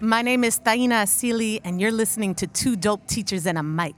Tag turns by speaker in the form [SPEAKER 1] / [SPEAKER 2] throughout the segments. [SPEAKER 1] My name is Taina Asili, and you're listening to Two Dope Teachers and a Mic.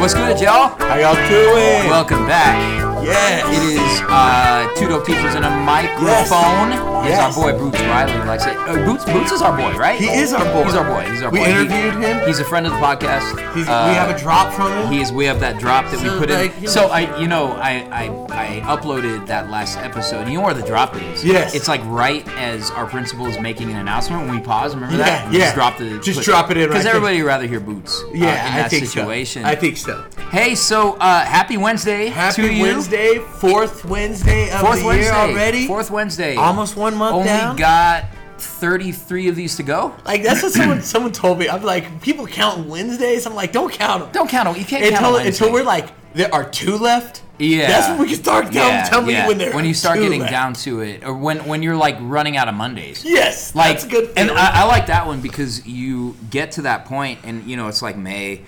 [SPEAKER 2] What's good, y'all?
[SPEAKER 3] How y'all doing?
[SPEAKER 2] Welcome back.
[SPEAKER 3] yes.
[SPEAKER 2] It is uh, two dope teachers and a microphone. Yes.
[SPEAKER 3] Yes.
[SPEAKER 2] our boy Boots Riley likes it. Uh, Boots, Boots is our boy, right?
[SPEAKER 3] He is our boy.
[SPEAKER 2] He's our boy. He's our
[SPEAKER 3] We
[SPEAKER 2] boy.
[SPEAKER 3] interviewed
[SPEAKER 2] He-
[SPEAKER 3] him.
[SPEAKER 2] He's a friend of the podcast.
[SPEAKER 3] He's,
[SPEAKER 2] Uh,
[SPEAKER 3] we have a drop from him.
[SPEAKER 2] He is. We have that drop that we
[SPEAKER 3] So,
[SPEAKER 2] put
[SPEAKER 3] like,
[SPEAKER 2] in.
[SPEAKER 3] he
[SPEAKER 2] So
[SPEAKER 3] was-
[SPEAKER 2] I, you know, I, I, I uploaded that last episode. You know where the drop is?
[SPEAKER 3] Yes.
[SPEAKER 2] It's like right as our principal is making an announcement when we pause. Remember that?
[SPEAKER 3] Yeah,
[SPEAKER 2] We
[SPEAKER 3] yeah.
[SPEAKER 2] Just drop the.
[SPEAKER 3] Just drop it in right
[SPEAKER 2] Because
[SPEAKER 3] there.
[SPEAKER 2] everybody would rather hear Boots. uh,
[SPEAKER 3] yeah,
[SPEAKER 2] in
[SPEAKER 3] I
[SPEAKER 2] that
[SPEAKER 3] think
[SPEAKER 2] situation.
[SPEAKER 3] so. I think so.
[SPEAKER 2] Hey, so uh, happy Wednesday
[SPEAKER 3] Happy
[SPEAKER 2] to you.
[SPEAKER 3] Wednesday, fourth Wednesday of
[SPEAKER 2] Fourth
[SPEAKER 3] the
[SPEAKER 2] Wednesday
[SPEAKER 3] year already.
[SPEAKER 2] Fourth Wednesday.
[SPEAKER 3] Almost one month
[SPEAKER 2] Only
[SPEAKER 3] down.
[SPEAKER 2] got 33 of these to go.
[SPEAKER 3] like that's what someone someone told me. I'm like, people count Wednesdays. I'm like, don't count them.
[SPEAKER 2] Don't count them. You can't count
[SPEAKER 3] until
[SPEAKER 2] on Wednesday.
[SPEAKER 3] until we're like, there are two left.
[SPEAKER 2] Yeah.
[SPEAKER 3] That's when we can start telling
[SPEAKER 2] yeah,
[SPEAKER 3] tell
[SPEAKER 2] yeah.
[SPEAKER 3] me when there.
[SPEAKER 2] When you
[SPEAKER 3] are
[SPEAKER 2] start
[SPEAKER 3] two
[SPEAKER 2] getting
[SPEAKER 3] left.
[SPEAKER 2] down to it, or when when you're like running out of Mondays.
[SPEAKER 3] Yes.
[SPEAKER 2] like
[SPEAKER 3] that's a good.
[SPEAKER 2] and
[SPEAKER 3] feeling.
[SPEAKER 2] I, I like that one because you get to that point and you know it's like may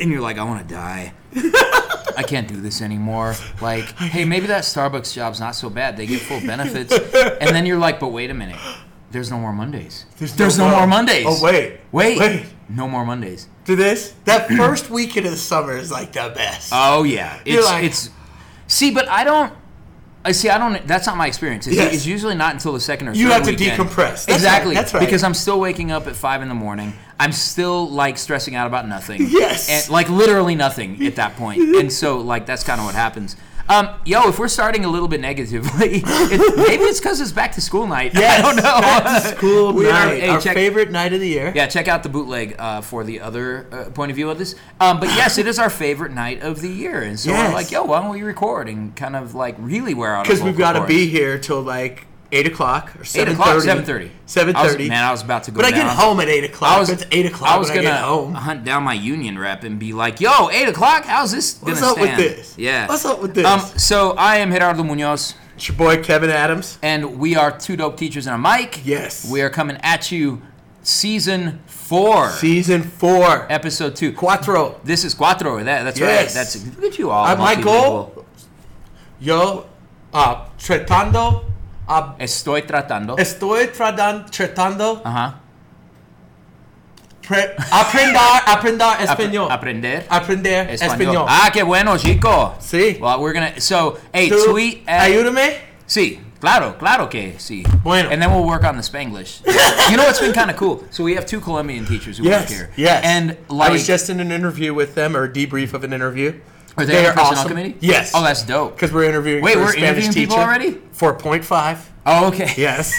[SPEAKER 2] and you're like i want to die i can't do this anymore like hey maybe that starbucks job's not so bad they get full benefits and then you're like but wait a minute there's no more mondays
[SPEAKER 3] There's no
[SPEAKER 2] no,
[SPEAKER 3] more-
[SPEAKER 2] more mondays
[SPEAKER 3] Oh, wait.
[SPEAKER 2] wait
[SPEAKER 3] Wait.
[SPEAKER 2] no more mondays
[SPEAKER 3] to this, that first weekend of the summer is like the best.
[SPEAKER 2] oh yeah
[SPEAKER 3] You're
[SPEAKER 2] it's
[SPEAKER 3] like-
[SPEAKER 2] it's see but i don't I see. I don't. That's not my experience. It's,
[SPEAKER 3] Yes.
[SPEAKER 2] it's usually not until the second or
[SPEAKER 3] You
[SPEAKER 2] third
[SPEAKER 3] have to
[SPEAKER 2] weekend.
[SPEAKER 3] decompress. That's right,
[SPEAKER 2] exactly.
[SPEAKER 3] that's right.
[SPEAKER 2] Because I'm still waking up at five in the morning. I'm still like stressing out about nothing.
[SPEAKER 3] Yes.
[SPEAKER 2] And, like literally nothing at that point. And so like that's kind of what happens. Um, yo, if we're starting a little bit negatively, it, maybe it's because it's back to school night.
[SPEAKER 3] Yes,
[SPEAKER 2] I don't know.
[SPEAKER 3] Back to school
[SPEAKER 2] We are-
[SPEAKER 3] night,
[SPEAKER 2] hey,
[SPEAKER 3] our
[SPEAKER 2] check-
[SPEAKER 3] favorite night of the year.
[SPEAKER 2] Yeah, check out the bootleg uh, for the other uh, point of view of this. Um, but yes, it is our favorite night of the year, and so we're
[SPEAKER 3] Yes.
[SPEAKER 2] like, yo, why don't we record and kind of like really wear out? our
[SPEAKER 3] Because we've
[SPEAKER 2] vocal
[SPEAKER 3] got to
[SPEAKER 2] cords.
[SPEAKER 3] be here till like eight o'clock or
[SPEAKER 2] eight
[SPEAKER 3] seven
[SPEAKER 2] o'clock,
[SPEAKER 3] thirty.
[SPEAKER 2] seven thirty.
[SPEAKER 3] Seven thirty.
[SPEAKER 2] Man, I was about to go.
[SPEAKER 3] But I get
[SPEAKER 2] down.
[SPEAKER 3] home at eight o'clock.
[SPEAKER 2] I was
[SPEAKER 3] it's eight o'clock.
[SPEAKER 2] I was
[SPEAKER 3] when
[SPEAKER 2] gonna
[SPEAKER 3] I get home.
[SPEAKER 2] hunt down my union rep and be like, "Yo, eight o'clock. How's this
[SPEAKER 3] What's
[SPEAKER 2] gonna
[SPEAKER 3] up with
[SPEAKER 2] stand?"
[SPEAKER 3] this?
[SPEAKER 2] Yeah.
[SPEAKER 3] What's up with this?
[SPEAKER 2] Um, so I am Gerardo Munoz,
[SPEAKER 3] It's your boy Kevin Adams.
[SPEAKER 2] and we are two dope teachers and a mic.
[SPEAKER 3] Yes.
[SPEAKER 2] We are coming at you, season four,
[SPEAKER 3] Season four,
[SPEAKER 2] episode two.
[SPEAKER 3] cuatro.
[SPEAKER 2] This is cuatro. That, that's
[SPEAKER 3] Yes.
[SPEAKER 2] right. That's look at you all.
[SPEAKER 3] Uh, my
[SPEAKER 2] multilingual.
[SPEAKER 3] goal, yo, uh, tratando, uh,
[SPEAKER 2] Estoy tratando.
[SPEAKER 3] estoy tradan, tratando,
[SPEAKER 2] uh huh.
[SPEAKER 3] pre, aprender, aprender español,
[SPEAKER 2] Aprender.
[SPEAKER 3] aprender español.
[SPEAKER 2] Ah, qué bueno, chico.
[SPEAKER 3] Sí.
[SPEAKER 2] Well, we're gonna. So, hey,
[SPEAKER 3] Tú,
[SPEAKER 2] tweet at.
[SPEAKER 3] ayúdame.
[SPEAKER 2] Sí, claro, claro que sí.
[SPEAKER 3] Bueno.
[SPEAKER 2] And then we'll work on the Spanglish. you know what's been kind of cool? So we have two Colombian teachers who
[SPEAKER 3] Yes,
[SPEAKER 2] work here.
[SPEAKER 3] yes.
[SPEAKER 2] And
[SPEAKER 3] I
[SPEAKER 2] like,
[SPEAKER 3] was just in an interview with them, or a debrief of an interview.
[SPEAKER 2] are they, on the personnel committee?
[SPEAKER 3] Yes.
[SPEAKER 2] Oh, that's dope.
[SPEAKER 3] because we're interviewing.
[SPEAKER 2] Wait,
[SPEAKER 3] for a
[SPEAKER 2] we're
[SPEAKER 3] Spanish
[SPEAKER 2] interviewing people
[SPEAKER 3] teacher.
[SPEAKER 2] already?
[SPEAKER 3] Four point five.
[SPEAKER 2] Oh, okay.
[SPEAKER 3] Yes.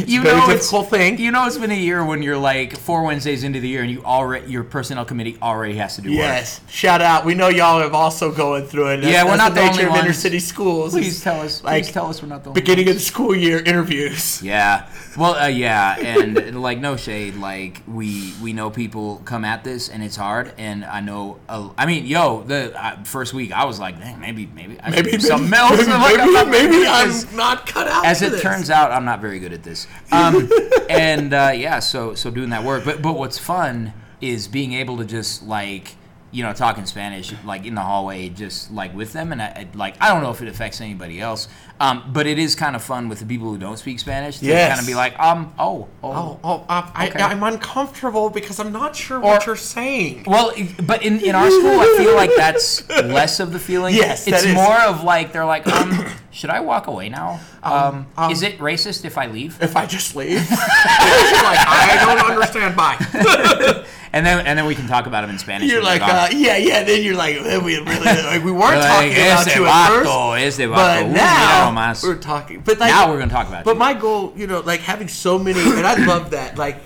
[SPEAKER 2] you
[SPEAKER 3] very
[SPEAKER 2] know
[SPEAKER 3] difficult
[SPEAKER 2] it's,
[SPEAKER 3] thing.
[SPEAKER 2] You know it's been a year when you're like four Wednesdays into the year and you already your personnel committee already has to do work.
[SPEAKER 3] yes. Shout out. We know y'all are also going through it. That's,
[SPEAKER 2] Yeah, we're not
[SPEAKER 3] that's
[SPEAKER 2] the
[SPEAKER 3] the nature
[SPEAKER 2] only
[SPEAKER 3] of
[SPEAKER 2] ones.
[SPEAKER 3] inner city schools.
[SPEAKER 2] Please
[SPEAKER 3] is,
[SPEAKER 2] tell us.
[SPEAKER 3] Like
[SPEAKER 2] please tell us we're not the only
[SPEAKER 3] beginning
[SPEAKER 2] ones.
[SPEAKER 3] of the school year interviews.
[SPEAKER 2] Yeah. Well, uh, yeah, and like no shade, like we we know people come at this and it's hard, and I know. Uh, I mean, yo, the uh, first week I was like, dang, maybe maybe I should
[SPEAKER 3] Maybe
[SPEAKER 2] do something else.
[SPEAKER 3] Maybe,
[SPEAKER 2] Like, I'm
[SPEAKER 3] maybe,
[SPEAKER 2] not very
[SPEAKER 3] maybe
[SPEAKER 2] good at
[SPEAKER 3] I'm
[SPEAKER 2] this.
[SPEAKER 3] not cut out.
[SPEAKER 2] As
[SPEAKER 3] for
[SPEAKER 2] it
[SPEAKER 3] this.
[SPEAKER 2] turns out, I'm not very good at this. Um, and uh, yeah, so so doing that work, but but what's fun is being able to just like. You know, talk in Spanish, like in the hallway, just like with them, and I, I- like I don't know if it affects anybody else, um, but it is kind of fun with the people who don't speak Spanish to
[SPEAKER 3] Yes.
[SPEAKER 2] kind of be like, um, oh, oh,
[SPEAKER 3] Oh, oh uh, I,
[SPEAKER 2] Okay.
[SPEAKER 3] I'm uncomfortable because I'm not sure
[SPEAKER 2] Or-
[SPEAKER 3] what you're saying.
[SPEAKER 2] Well, e, but in, in our school, I feel like that's less of the feeling.
[SPEAKER 3] Yes, that
[SPEAKER 2] it's
[SPEAKER 3] is.
[SPEAKER 2] more of like they're like, um, should I walk away now? Um,
[SPEAKER 3] um,
[SPEAKER 2] is it racist if I leave?
[SPEAKER 3] If I just leave, She's like I don't understand. Bye.
[SPEAKER 2] And then and then we can talk about them in Spanish.
[SPEAKER 3] You're
[SPEAKER 2] when we're
[SPEAKER 3] like,
[SPEAKER 2] gone.
[SPEAKER 3] uh, yeah, yeah. Then you're like, eh, we really, like, we weren't
[SPEAKER 2] Like,
[SPEAKER 3] talking about
[SPEAKER 2] ese
[SPEAKER 3] you at
[SPEAKER 2] vato,
[SPEAKER 3] first,
[SPEAKER 2] ese vato,
[SPEAKER 3] but
[SPEAKER 2] uy,
[SPEAKER 3] now
[SPEAKER 2] mira nomás.
[SPEAKER 3] we're talking. But like,
[SPEAKER 2] now we're gonna talk about.
[SPEAKER 3] But
[SPEAKER 2] you.
[SPEAKER 3] my goal, you know, like having so many, and I love that, like.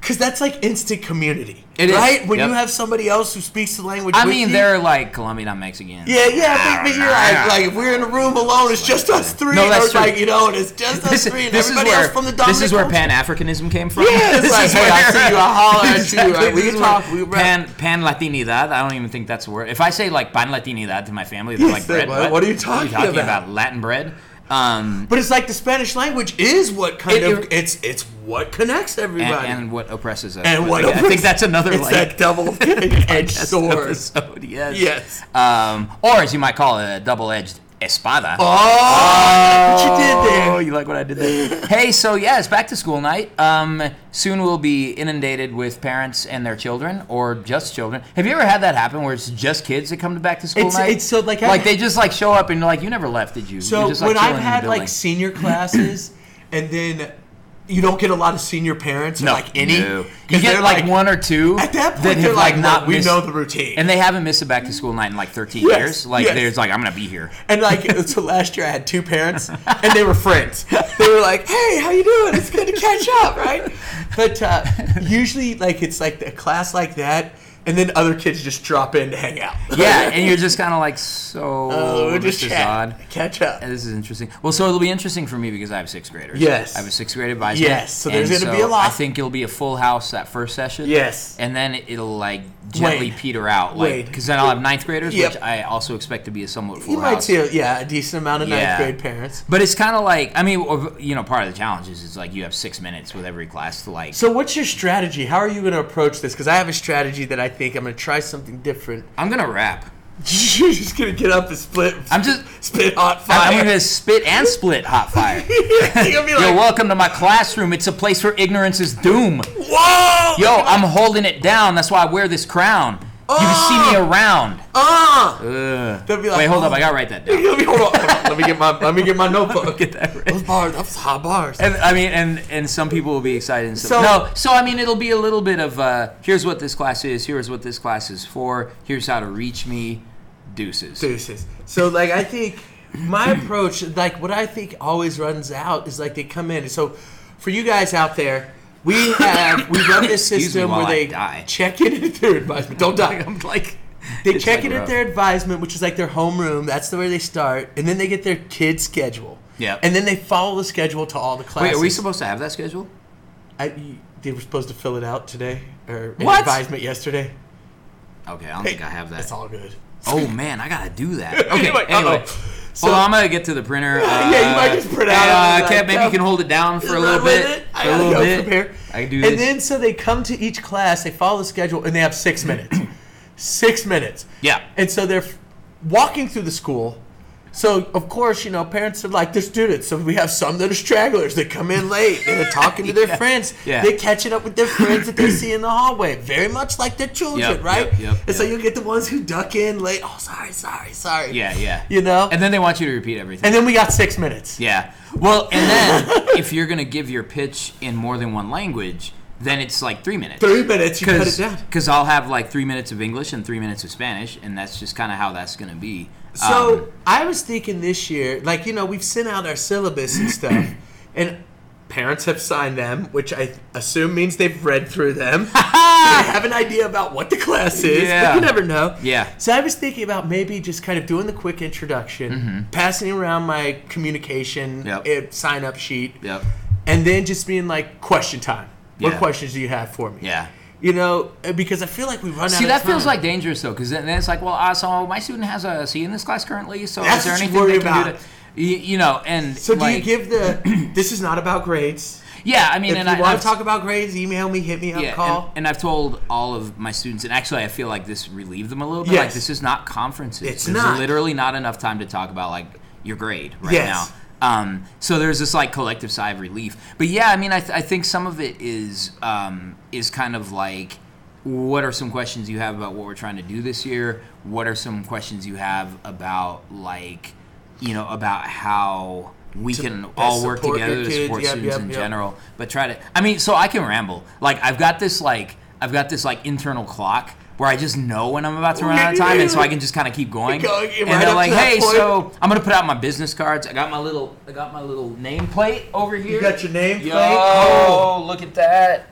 [SPEAKER 3] because that's like instant community,
[SPEAKER 2] It is.
[SPEAKER 3] right? When
[SPEAKER 2] Yep.
[SPEAKER 3] you have somebody else who speaks the language,
[SPEAKER 2] I
[SPEAKER 3] with
[SPEAKER 2] mean,
[SPEAKER 3] you-
[SPEAKER 2] they're like Colombian, I'm Mexican.
[SPEAKER 3] Yeah, yeah, but, but you're right. Like, if we're in a room alone, it's just us three.
[SPEAKER 2] No, that's
[SPEAKER 3] or, like,
[SPEAKER 2] true.
[SPEAKER 3] you know, and it's just us
[SPEAKER 2] This,
[SPEAKER 3] three, and
[SPEAKER 2] this is
[SPEAKER 3] everybody
[SPEAKER 2] where,
[SPEAKER 3] else from the Dominican
[SPEAKER 2] this is where
[SPEAKER 3] culture.
[SPEAKER 2] Pan Africanism came from.
[SPEAKER 3] Yeah, it's
[SPEAKER 2] This
[SPEAKER 3] like,
[SPEAKER 2] is
[SPEAKER 3] hey,
[SPEAKER 2] where-
[SPEAKER 3] I see you, I holler at you,
[SPEAKER 2] Exactly,
[SPEAKER 3] uh, we
[SPEAKER 2] this is
[SPEAKER 3] talk,
[SPEAKER 2] where
[SPEAKER 3] we rap.
[SPEAKER 2] pan pan Latinidad. I don't even think that's a word. If I say like pan Latinidad to my family, they're
[SPEAKER 3] Yes,
[SPEAKER 2] like,
[SPEAKER 3] they-
[SPEAKER 2] bread.
[SPEAKER 3] what- what are you talking about?"
[SPEAKER 2] Latin bread. Um,
[SPEAKER 3] But it's like the Spanish language is what kind
[SPEAKER 2] It-
[SPEAKER 3] of
[SPEAKER 2] it-
[SPEAKER 3] it's it's what connects
[SPEAKER 2] and,
[SPEAKER 3] everybody.
[SPEAKER 2] and what oppresses us.
[SPEAKER 3] And
[SPEAKER 2] But
[SPEAKER 3] what
[SPEAKER 2] yeah, I think
[SPEAKER 3] oppresses-
[SPEAKER 2] that's another
[SPEAKER 3] it's
[SPEAKER 2] like
[SPEAKER 3] that double edged
[SPEAKER 2] podcast
[SPEAKER 3] sword.
[SPEAKER 2] episode. Yes.
[SPEAKER 3] Yes.
[SPEAKER 2] Um, or as you might call it, a double-edged espada.
[SPEAKER 3] Oh, what you did there.
[SPEAKER 2] Oh, you like what I did there? hey, so yeah, it's back to school night. Um, soon we'll be inundated with parents and their children, or just children. Have you ever had that happen where it's just kids that come to back to school
[SPEAKER 3] It's-
[SPEAKER 2] night?
[SPEAKER 3] it's so, like, I-
[SPEAKER 2] like they just like show up and like you never left, did you?
[SPEAKER 3] So
[SPEAKER 2] You're just, like,
[SPEAKER 3] when I've
[SPEAKER 2] chilling in the
[SPEAKER 3] had like
[SPEAKER 2] building."
[SPEAKER 3] senior classes, and then you don't get a lot of senior parents, or
[SPEAKER 2] no,
[SPEAKER 3] like any.
[SPEAKER 2] no.
[SPEAKER 3] 'cause
[SPEAKER 2] you
[SPEAKER 3] they're,
[SPEAKER 2] get like, one or two
[SPEAKER 3] At that point,
[SPEAKER 2] that
[SPEAKER 3] they're
[SPEAKER 2] have
[SPEAKER 3] like,
[SPEAKER 2] like not
[SPEAKER 3] "Look, we
[SPEAKER 2] missed-
[SPEAKER 3] know the routine.
[SPEAKER 2] and they haven't missed a back to school night in like 13
[SPEAKER 3] Yes,
[SPEAKER 2] years. Like
[SPEAKER 3] yes.
[SPEAKER 2] they're just like I'm gonna be here.
[SPEAKER 3] And like so last year I had two parents and they were friends. They were like, "Hey, how you doing? It's good to catch up, right?" But uh, usually like it's like a class like that and then other kids just drop in to hang out.
[SPEAKER 2] Yeah, and you're just kind of like so.
[SPEAKER 3] oh, just
[SPEAKER 2] this is
[SPEAKER 3] chat,
[SPEAKER 2] odd.
[SPEAKER 3] catch up.
[SPEAKER 2] Yeah, This is interesting. Well, so it'll be interesting for me because I have sixth graders.
[SPEAKER 3] Yes.
[SPEAKER 2] I have a sixth grade advisor.
[SPEAKER 3] Yes, so there's
[SPEAKER 2] and
[SPEAKER 3] gonna be a
[SPEAKER 2] so
[SPEAKER 3] lot.
[SPEAKER 2] I think it'll be a full house that first session.
[SPEAKER 3] Yes.
[SPEAKER 2] And then it'll like gently
[SPEAKER 3] Wade.
[SPEAKER 2] peter out, like
[SPEAKER 3] Wade.
[SPEAKER 2] because then I'll have ninth graders,
[SPEAKER 3] Yep.
[SPEAKER 2] which I also expect to be a somewhat full
[SPEAKER 3] You
[SPEAKER 2] house.
[SPEAKER 3] might see, a, yeah, a decent amount of
[SPEAKER 2] Yeah.
[SPEAKER 3] ninth grade parents.
[SPEAKER 2] But it's kind of like I mean, or- you know, part of the challenge is it's like you have six minutes with every class to like.
[SPEAKER 3] So what's your strategy? How are you going to approach this? Because I have a strategy that I think I'm going to try something different.
[SPEAKER 2] I'm gonna rap.
[SPEAKER 3] You're just going to get up and split.
[SPEAKER 2] I'm just-
[SPEAKER 3] spit hot fire.
[SPEAKER 2] I'm gonna spit and split hot fire.
[SPEAKER 3] You're gonna be
[SPEAKER 2] Yo,
[SPEAKER 3] like,
[SPEAKER 2] welcome to my classroom. It's a place where ignorance is doom.
[SPEAKER 3] whoa!
[SPEAKER 2] Yo, I'm holding it down. That's why I wear this crown. You can see me around.
[SPEAKER 3] ah!
[SPEAKER 2] Ugh.
[SPEAKER 3] They'll Oh. be like,
[SPEAKER 2] Wait, hold
[SPEAKER 3] "Oh."
[SPEAKER 2] up. I gotta write that down.
[SPEAKER 3] Let me, hold on, hold on. "Oh, Let me get my let me get my notebook.
[SPEAKER 2] Get that right.
[SPEAKER 3] Those bars, that was hot bars.
[SPEAKER 2] And, I mean, and and some people will be excited. And some,
[SPEAKER 3] So-
[SPEAKER 2] no, so I mean, it'll be a little bit of uh, here's what this class is. Here's what this class is for. Here's how to reach me. Deuces.
[SPEAKER 3] Deuces. So like I think my approach, like what I think always runs out is like they come in. So for you guys out there, we have we run this
[SPEAKER 2] Excuse me
[SPEAKER 3] system
[SPEAKER 2] while
[SPEAKER 3] where
[SPEAKER 2] I
[SPEAKER 3] they
[SPEAKER 2] die.
[SPEAKER 3] check in at their advisement. Don't die.
[SPEAKER 2] I'm like,
[SPEAKER 3] They
[SPEAKER 2] it's
[SPEAKER 3] check
[SPEAKER 2] like
[SPEAKER 3] in at
[SPEAKER 2] rough.
[SPEAKER 3] their advisement, which is like their homeroom. That's the way they start, and then they get their kid schedule.
[SPEAKER 2] Yeah.
[SPEAKER 3] And then they follow the schedule to all the
[SPEAKER 2] Wait,
[SPEAKER 3] classes.
[SPEAKER 2] are we supposed to have that schedule?
[SPEAKER 3] I, you- they were supposed to fill it out today or an
[SPEAKER 2] What?
[SPEAKER 3] advisement yesterday.
[SPEAKER 2] Okay, I don't think I have that.
[SPEAKER 3] It's all good.
[SPEAKER 2] Oh man, I gotta do that. Okay,
[SPEAKER 3] Anyway,
[SPEAKER 2] anyway.
[SPEAKER 3] uh-oh. So-
[SPEAKER 2] Hold on, I'm gonna get to the printer.
[SPEAKER 3] Yeah, you might
[SPEAKER 2] Uh,
[SPEAKER 3] just print out
[SPEAKER 2] Uh,
[SPEAKER 3] and be
[SPEAKER 2] Kev,
[SPEAKER 3] like,
[SPEAKER 2] maybe you
[SPEAKER 3] "Kev,
[SPEAKER 2] can hold it down for a little
[SPEAKER 3] Run with
[SPEAKER 2] bit.
[SPEAKER 3] it. I
[SPEAKER 2] for a
[SPEAKER 3] gotta
[SPEAKER 2] little
[SPEAKER 3] go
[SPEAKER 2] bit.
[SPEAKER 3] from here.
[SPEAKER 2] I can do
[SPEAKER 3] And
[SPEAKER 2] this.
[SPEAKER 3] then so they come to each class, they follow the schedule, and they have six minutes. six minutes.
[SPEAKER 2] Yeah.
[SPEAKER 3] And so they're f- walking through the school. So of course, you know, parents are like their students. So we have some that are stragglers that come in late and they're talking to their friends.
[SPEAKER 2] Yeah.
[SPEAKER 3] They're catching up with their friends that they see in the hallway. Very much like their children,
[SPEAKER 2] Yep,
[SPEAKER 3] right?
[SPEAKER 2] yep, yep,
[SPEAKER 3] and so
[SPEAKER 2] yep.
[SPEAKER 3] you'll get the ones who duck in late. Oh, sorry, sorry, sorry.
[SPEAKER 2] yeah, yeah.
[SPEAKER 3] You know?
[SPEAKER 2] And then they want you to repeat everything.
[SPEAKER 3] And then we got six minutes.
[SPEAKER 2] Yeah. Well, and then if you're gonna give your pitch in more than one language, then it's like three minutes.
[SPEAKER 3] Three minutes, you cut it down.
[SPEAKER 2] Because I'll have like three minutes of English and three minutes of Spanish, and that's just kind of how that's gonna be.
[SPEAKER 3] So
[SPEAKER 2] Um,
[SPEAKER 3] I was thinking this year, like you know, we've sent out our syllabus and stuff, and parents have signed them, which I assume means they've read through them. so they have an idea about what the class is,
[SPEAKER 2] Yeah.
[SPEAKER 3] but you never know.
[SPEAKER 2] Yeah.
[SPEAKER 3] So I was thinking about maybe just kind of doing the quick introduction, passing around my communication
[SPEAKER 2] Mm-hmm. Yep.
[SPEAKER 3] sign up sheet,
[SPEAKER 2] Yep.
[SPEAKER 3] and then just being like question time. What
[SPEAKER 2] Yeah.
[SPEAKER 3] questions do you have for me?
[SPEAKER 2] Yeah.
[SPEAKER 3] You know, eh, because I feel like we run out.
[SPEAKER 2] See,
[SPEAKER 3] of
[SPEAKER 2] that feels
[SPEAKER 3] time.
[SPEAKER 2] like dangerous though, because then, then it's like, well, uh, so my student has a C in this class currently, so
[SPEAKER 3] That's
[SPEAKER 2] is there
[SPEAKER 3] what you
[SPEAKER 2] anything
[SPEAKER 3] worry
[SPEAKER 2] they can do
[SPEAKER 3] about.
[SPEAKER 2] to, you, you know, and
[SPEAKER 3] So do you
[SPEAKER 2] like-
[SPEAKER 3] give the? this is not about grades.
[SPEAKER 2] Yeah, I mean,
[SPEAKER 3] If
[SPEAKER 2] and
[SPEAKER 3] you
[SPEAKER 2] I
[SPEAKER 3] want
[SPEAKER 2] I've-
[SPEAKER 3] to talk about grades, email me, hit me up,
[SPEAKER 2] Yeah,
[SPEAKER 3] call.
[SPEAKER 2] And, and I've told all of my students, and actually, I feel like this relieved them a little bit. Like
[SPEAKER 3] Yes.
[SPEAKER 2] this is not conferences.
[SPEAKER 3] It's
[SPEAKER 2] There's
[SPEAKER 3] not.
[SPEAKER 2] literally not enough time to talk about like your grade right
[SPEAKER 3] Yes.
[SPEAKER 2] now. Um, so there's this like collective sigh of relief. But yeah, I mean, I, th- I think some of it is um, is kind of like. What are some questions you have about what we're trying to do this year? What are some questions you have about like, you know, about how we can all work
[SPEAKER 3] support your
[SPEAKER 2] together to
[SPEAKER 3] kids,
[SPEAKER 2] support
[SPEAKER 3] yep,
[SPEAKER 2] students
[SPEAKER 3] yep,
[SPEAKER 2] in
[SPEAKER 3] yep.
[SPEAKER 2] general? general, but try to. I mean, so I can ramble. Like I've got this like I've got this like internal clock where I just know when I'm about to run out of time, and so I can just kind of keep going.
[SPEAKER 3] Go-
[SPEAKER 2] and
[SPEAKER 3] right
[SPEAKER 2] they're
[SPEAKER 3] up
[SPEAKER 2] like,
[SPEAKER 3] to that
[SPEAKER 2] "Hey,
[SPEAKER 3] point."
[SPEAKER 2] so I'm gonna put out my business cards. I got my little I got my little nameplate over here.
[SPEAKER 3] got your nameplate?
[SPEAKER 2] Yo,
[SPEAKER 3] Oh.
[SPEAKER 2] look at that.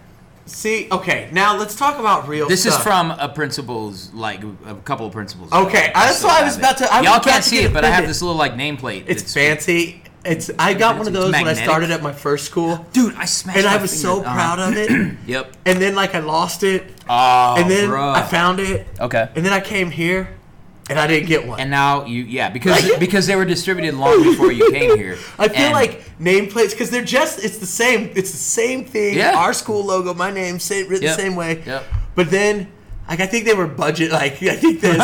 [SPEAKER 3] See, okay, now let's talk about real.
[SPEAKER 2] This is
[SPEAKER 3] stuff.
[SPEAKER 2] from a principal's, like a couple of principals.
[SPEAKER 3] Okay, that's
[SPEAKER 2] still
[SPEAKER 3] what I
[SPEAKER 2] have
[SPEAKER 3] was
[SPEAKER 2] it.
[SPEAKER 3] about to- I was
[SPEAKER 2] Y'all
[SPEAKER 3] about
[SPEAKER 2] can't
[SPEAKER 3] to
[SPEAKER 2] see
[SPEAKER 3] get
[SPEAKER 2] it, but I have
[SPEAKER 3] offended.
[SPEAKER 2] this little like nameplate. that's-
[SPEAKER 3] It's fancy. It's I got one of
[SPEAKER 2] It's
[SPEAKER 3] those when I
[SPEAKER 2] magnetic.
[SPEAKER 3] started at my first school,
[SPEAKER 2] Dude, I smashed.
[SPEAKER 3] and I
[SPEAKER 2] my
[SPEAKER 3] was
[SPEAKER 2] finger.
[SPEAKER 3] so
[SPEAKER 2] Uh-huh.
[SPEAKER 3] proud of it.
[SPEAKER 2] Yep.
[SPEAKER 3] And then like I lost it,
[SPEAKER 2] Oh,
[SPEAKER 3] and then
[SPEAKER 2] bruh.
[SPEAKER 3] I found it,
[SPEAKER 2] Okay.
[SPEAKER 3] and then I came here, and I didn't get one.
[SPEAKER 2] And now you, yeah, because because they were distributed long before you came here.
[SPEAKER 3] I feel
[SPEAKER 2] And-
[SPEAKER 3] like nameplates because they're just it's the same it's the same thing.
[SPEAKER 2] Yeah.
[SPEAKER 3] Our school logo, my name, same, written
[SPEAKER 2] Yep.
[SPEAKER 3] the same way.
[SPEAKER 2] Yep.
[SPEAKER 3] But then like I think they were budget like I think the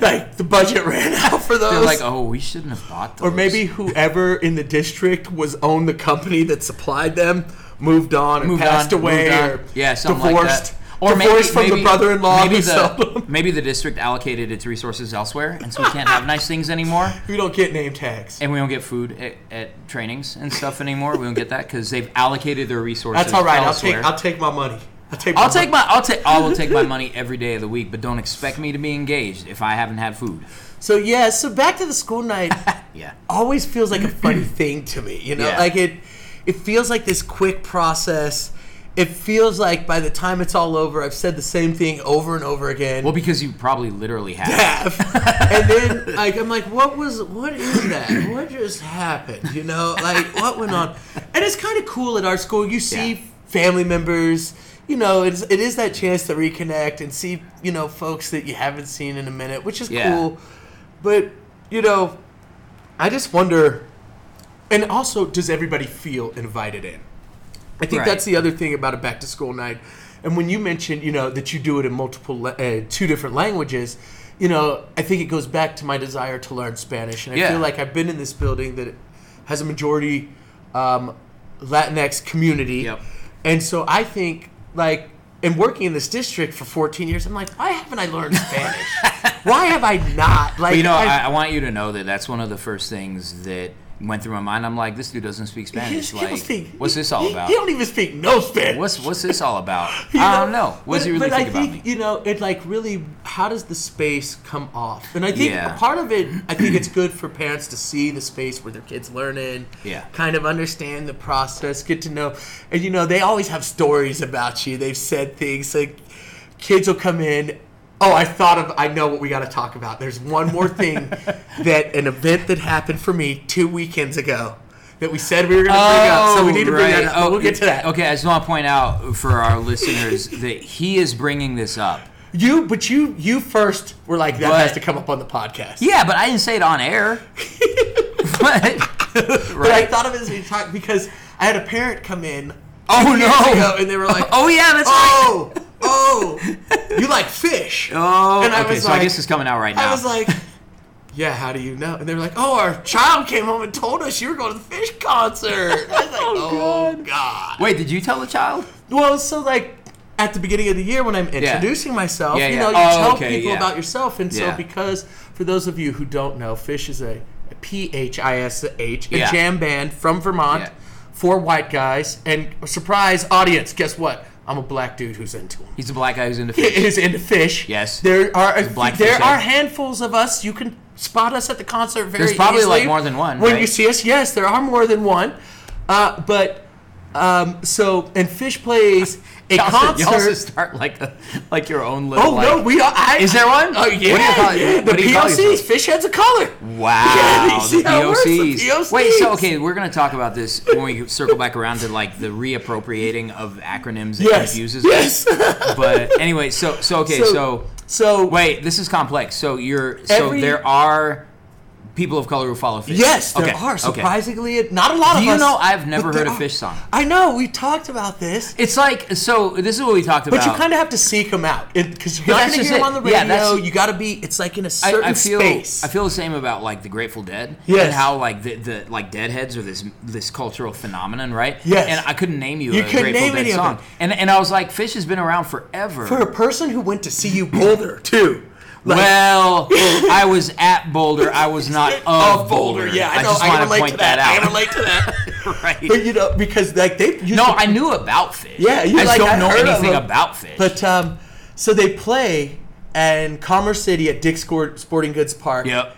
[SPEAKER 3] like the budget ran out for those.
[SPEAKER 2] they're like, oh, we shouldn't have bought those.
[SPEAKER 3] or maybe whoever in the district was owned the company that supplied them moved on or
[SPEAKER 2] moved
[SPEAKER 3] passed
[SPEAKER 2] on,
[SPEAKER 3] away
[SPEAKER 2] moved on.
[SPEAKER 3] or
[SPEAKER 2] yeah, something
[SPEAKER 3] divorced.
[SPEAKER 2] Like that.
[SPEAKER 3] divorced from the brother-in-law
[SPEAKER 2] Maybe
[SPEAKER 3] who sold them.
[SPEAKER 2] the, maybe the district allocated its resources elsewhere, and so we can't have nice things anymore.
[SPEAKER 3] who don't get name tags.
[SPEAKER 2] And we don't get food at, at trainings and stuff anymore. We don't get that because they've allocated their resources.
[SPEAKER 3] That's all right. I'll
[SPEAKER 2] elsewhere.
[SPEAKER 3] take I'll take my money. I'll take. My
[SPEAKER 2] I'll take
[SPEAKER 3] money.
[SPEAKER 2] my I'll take I will take my money every day of the week, but don't expect me to be engaged if I haven't had food.
[SPEAKER 3] So yeah. So back to the school night.
[SPEAKER 2] Yeah.
[SPEAKER 3] always feels like a funny thing to me. You know,
[SPEAKER 2] Yeah.
[SPEAKER 3] like it it feels like this quick process. It feels like by the time it's all over, I've said the same thing over and over again.
[SPEAKER 2] Well, because you probably literally have.
[SPEAKER 3] have. and then like I'm like, what was what is that? What just happened? You know, like what went on? And it's kind of cool at our school. You see
[SPEAKER 2] Yeah.
[SPEAKER 3] family members. You know, it's, it is that chance to reconnect and see you know folks that you haven't seen in a minute, which is
[SPEAKER 2] Yeah.
[SPEAKER 3] cool. But you know, I just wonder. And also, does everybody feel invited in? I think
[SPEAKER 2] Right.
[SPEAKER 3] that's the other thing about a back to school night. And when you mentioned, you know, that you do it in multiple, la- uh, two different languages, you know, I think it goes back to my desire to learn Spanish. And I
[SPEAKER 2] Yeah.
[SPEAKER 3] feel like I've been in this building that has a majority um, Latinx community.
[SPEAKER 2] Yep.
[SPEAKER 3] And so I think, like, and working in this district for 14 years, I'm like, why haven't I learned Spanish? why have I not? Like,
[SPEAKER 2] But you know,
[SPEAKER 3] I've-
[SPEAKER 2] I, I want you to know that that's one of the first things that went through my mind. I'm like, this dude doesn't speak Spanish.
[SPEAKER 3] He don't
[SPEAKER 2] Like,
[SPEAKER 3] speak-
[SPEAKER 2] what's this all
[SPEAKER 3] he-
[SPEAKER 2] about?
[SPEAKER 3] He don't even speak no Spanish.
[SPEAKER 2] What's what's this all about?
[SPEAKER 3] You
[SPEAKER 2] I don't know. What does
[SPEAKER 3] but-
[SPEAKER 2] he really
[SPEAKER 3] but
[SPEAKER 2] think
[SPEAKER 3] I
[SPEAKER 2] about
[SPEAKER 3] think,
[SPEAKER 2] me?
[SPEAKER 3] You know, it like really. How does the space come off? And I think
[SPEAKER 2] Yeah.
[SPEAKER 3] part of it, I think it's good for parents to see the space where their kids learn in.
[SPEAKER 2] Yeah.
[SPEAKER 3] Kind of understand the process, get to know, and you know they always have stories about you. They've said things like, kids will come in. Oh, I thought of. I know what we got to talk about. There's one more thing that an event that happened for me two weekends ago that we said we were going to bring up.
[SPEAKER 2] Oh,
[SPEAKER 3] So we need to bring that up. but we'll get to that.
[SPEAKER 2] Okay, I just want to point out for our listeners that he is bringing this up.
[SPEAKER 3] You, but you, you first were like that
[SPEAKER 2] But-
[SPEAKER 3] has to come up on the podcast.
[SPEAKER 2] Yeah, but I didn't say it on air. But-
[SPEAKER 3] but I
[SPEAKER 2] right.
[SPEAKER 3] thought of it as we talked because I had a parent come in.
[SPEAKER 2] Oh,
[SPEAKER 3] two years
[SPEAKER 2] no.
[SPEAKER 3] ago, and they were like,
[SPEAKER 2] oh yeah, that's right.
[SPEAKER 3] oh, oh, you like fish?
[SPEAKER 2] Oh,
[SPEAKER 3] and I
[SPEAKER 2] okay.
[SPEAKER 3] was
[SPEAKER 2] so
[SPEAKER 3] like,
[SPEAKER 2] I guess it's coming out right now.
[SPEAKER 3] I was like, yeah, how do you know? And they were like, oh, our child came home and told us you were going to the fish concert. I was like, oh,
[SPEAKER 2] God.
[SPEAKER 3] God.
[SPEAKER 2] Wait, did you tell the child?
[SPEAKER 3] Well, so like at the beginning of the year when I'm
[SPEAKER 2] Yeah.
[SPEAKER 3] introducing myself,
[SPEAKER 2] Yeah,
[SPEAKER 3] you
[SPEAKER 2] yeah.
[SPEAKER 3] know, you
[SPEAKER 2] Oh,
[SPEAKER 3] tell
[SPEAKER 2] okay,
[SPEAKER 3] people
[SPEAKER 2] yeah.
[SPEAKER 3] about yourself, and so
[SPEAKER 2] Yeah.
[SPEAKER 3] because for those of you who don't know, Fish is a a P-H-I-S-H, a
[SPEAKER 2] Yeah.
[SPEAKER 3] jam band from Vermont,
[SPEAKER 2] Yeah.
[SPEAKER 3] four white guys, and surprise audience, guess what? I'm a black dude who's into 'em.
[SPEAKER 2] He's a black guy who's into
[SPEAKER 3] It
[SPEAKER 2] fish.
[SPEAKER 3] is into fish.
[SPEAKER 2] Yes.
[SPEAKER 3] there are a
[SPEAKER 2] black
[SPEAKER 3] there
[SPEAKER 2] fish
[SPEAKER 3] are
[SPEAKER 2] egg.
[SPEAKER 3] handfuls of us. You can spot us at the concert very.
[SPEAKER 2] There's probably, like,
[SPEAKER 3] easily.
[SPEAKER 2] more than one,
[SPEAKER 3] When
[SPEAKER 2] right?
[SPEAKER 3] you see us, yes, there are more than one. Uh, but um, so and fish plays a
[SPEAKER 2] Y'all should- y'all should
[SPEAKER 3] concert.
[SPEAKER 2] start like a, like your own little.
[SPEAKER 3] Oh no,
[SPEAKER 2] like-
[SPEAKER 3] we are. I,
[SPEAKER 2] Is there one?
[SPEAKER 3] Oh
[SPEAKER 2] What do
[SPEAKER 3] yeah,
[SPEAKER 2] you call it?
[SPEAKER 3] yeah, The
[SPEAKER 2] What do you call
[SPEAKER 3] POCs,
[SPEAKER 2] yourself?
[SPEAKER 3] fish heads of color.
[SPEAKER 2] Wow,
[SPEAKER 3] Yeah, you see
[SPEAKER 2] the
[SPEAKER 3] how it works, the
[SPEAKER 2] POCs.
[SPEAKER 3] POCs.
[SPEAKER 2] Wait, so okay, we're gonna talk about this when we circle back around to like the reappropriating of acronyms and
[SPEAKER 3] Yes,
[SPEAKER 2] confuses.
[SPEAKER 3] yes.
[SPEAKER 2] us. But anyway, so so okay, so,
[SPEAKER 3] so
[SPEAKER 2] wait, this is complex. So you're so
[SPEAKER 3] Every-
[SPEAKER 2] there are people of color who follow fish.
[SPEAKER 3] Yes, there
[SPEAKER 2] Okay,
[SPEAKER 3] are.
[SPEAKER 2] okay.
[SPEAKER 3] Surprisingly, not a lot
[SPEAKER 2] Do
[SPEAKER 3] of
[SPEAKER 2] you
[SPEAKER 3] us.
[SPEAKER 2] know I've never
[SPEAKER 3] but
[SPEAKER 2] heard
[SPEAKER 3] there
[SPEAKER 2] a
[SPEAKER 3] are.
[SPEAKER 2] Fish song?
[SPEAKER 3] I know we talked about this.
[SPEAKER 2] It's like so. This is what we talked about.
[SPEAKER 3] But you kind of have to seek them out because you're
[SPEAKER 2] But
[SPEAKER 3] not
[SPEAKER 2] that's
[SPEAKER 3] going to
[SPEAKER 2] just
[SPEAKER 3] hear them
[SPEAKER 2] it.
[SPEAKER 3] on the
[SPEAKER 2] Yeah,
[SPEAKER 3] radio.
[SPEAKER 2] that's-
[SPEAKER 3] you got to be. It's like in a
[SPEAKER 2] I-
[SPEAKER 3] certain
[SPEAKER 2] I, feel
[SPEAKER 3] space.
[SPEAKER 2] I feel the same about like the Grateful Dead
[SPEAKER 3] Yes.
[SPEAKER 2] and how like the, the like Deadheads are this this cultural phenomenon, right?
[SPEAKER 3] Yes.
[SPEAKER 2] And I couldn't name you,
[SPEAKER 3] You
[SPEAKER 2] a
[SPEAKER 3] couldn't
[SPEAKER 2] Grateful
[SPEAKER 3] name
[SPEAKER 2] Dead
[SPEAKER 3] any of
[SPEAKER 2] song,
[SPEAKER 3] them.
[SPEAKER 2] and and I was like, Fish has been around forever.
[SPEAKER 3] for a person who went to see you Boulder too. Like,
[SPEAKER 2] well, I was at Boulder. I was not of,
[SPEAKER 3] of Boulder, yeah, I know.
[SPEAKER 2] just
[SPEAKER 3] I,
[SPEAKER 2] want
[SPEAKER 3] can
[SPEAKER 2] to
[SPEAKER 3] relate
[SPEAKER 2] point
[SPEAKER 3] to that. I can
[SPEAKER 2] out.
[SPEAKER 3] relate to that.
[SPEAKER 2] right.
[SPEAKER 3] but you know, because like they used
[SPEAKER 2] No,
[SPEAKER 3] to
[SPEAKER 2] I knew about Fish.
[SPEAKER 3] Yeah, you
[SPEAKER 2] I just
[SPEAKER 3] like,
[SPEAKER 2] don't
[SPEAKER 3] I've
[SPEAKER 2] know
[SPEAKER 3] heard of
[SPEAKER 2] anything
[SPEAKER 3] them.
[SPEAKER 2] about Fish.
[SPEAKER 3] But um, so they play in Commerce City at Dick's Scor- Sporting Goods Park.
[SPEAKER 2] yep.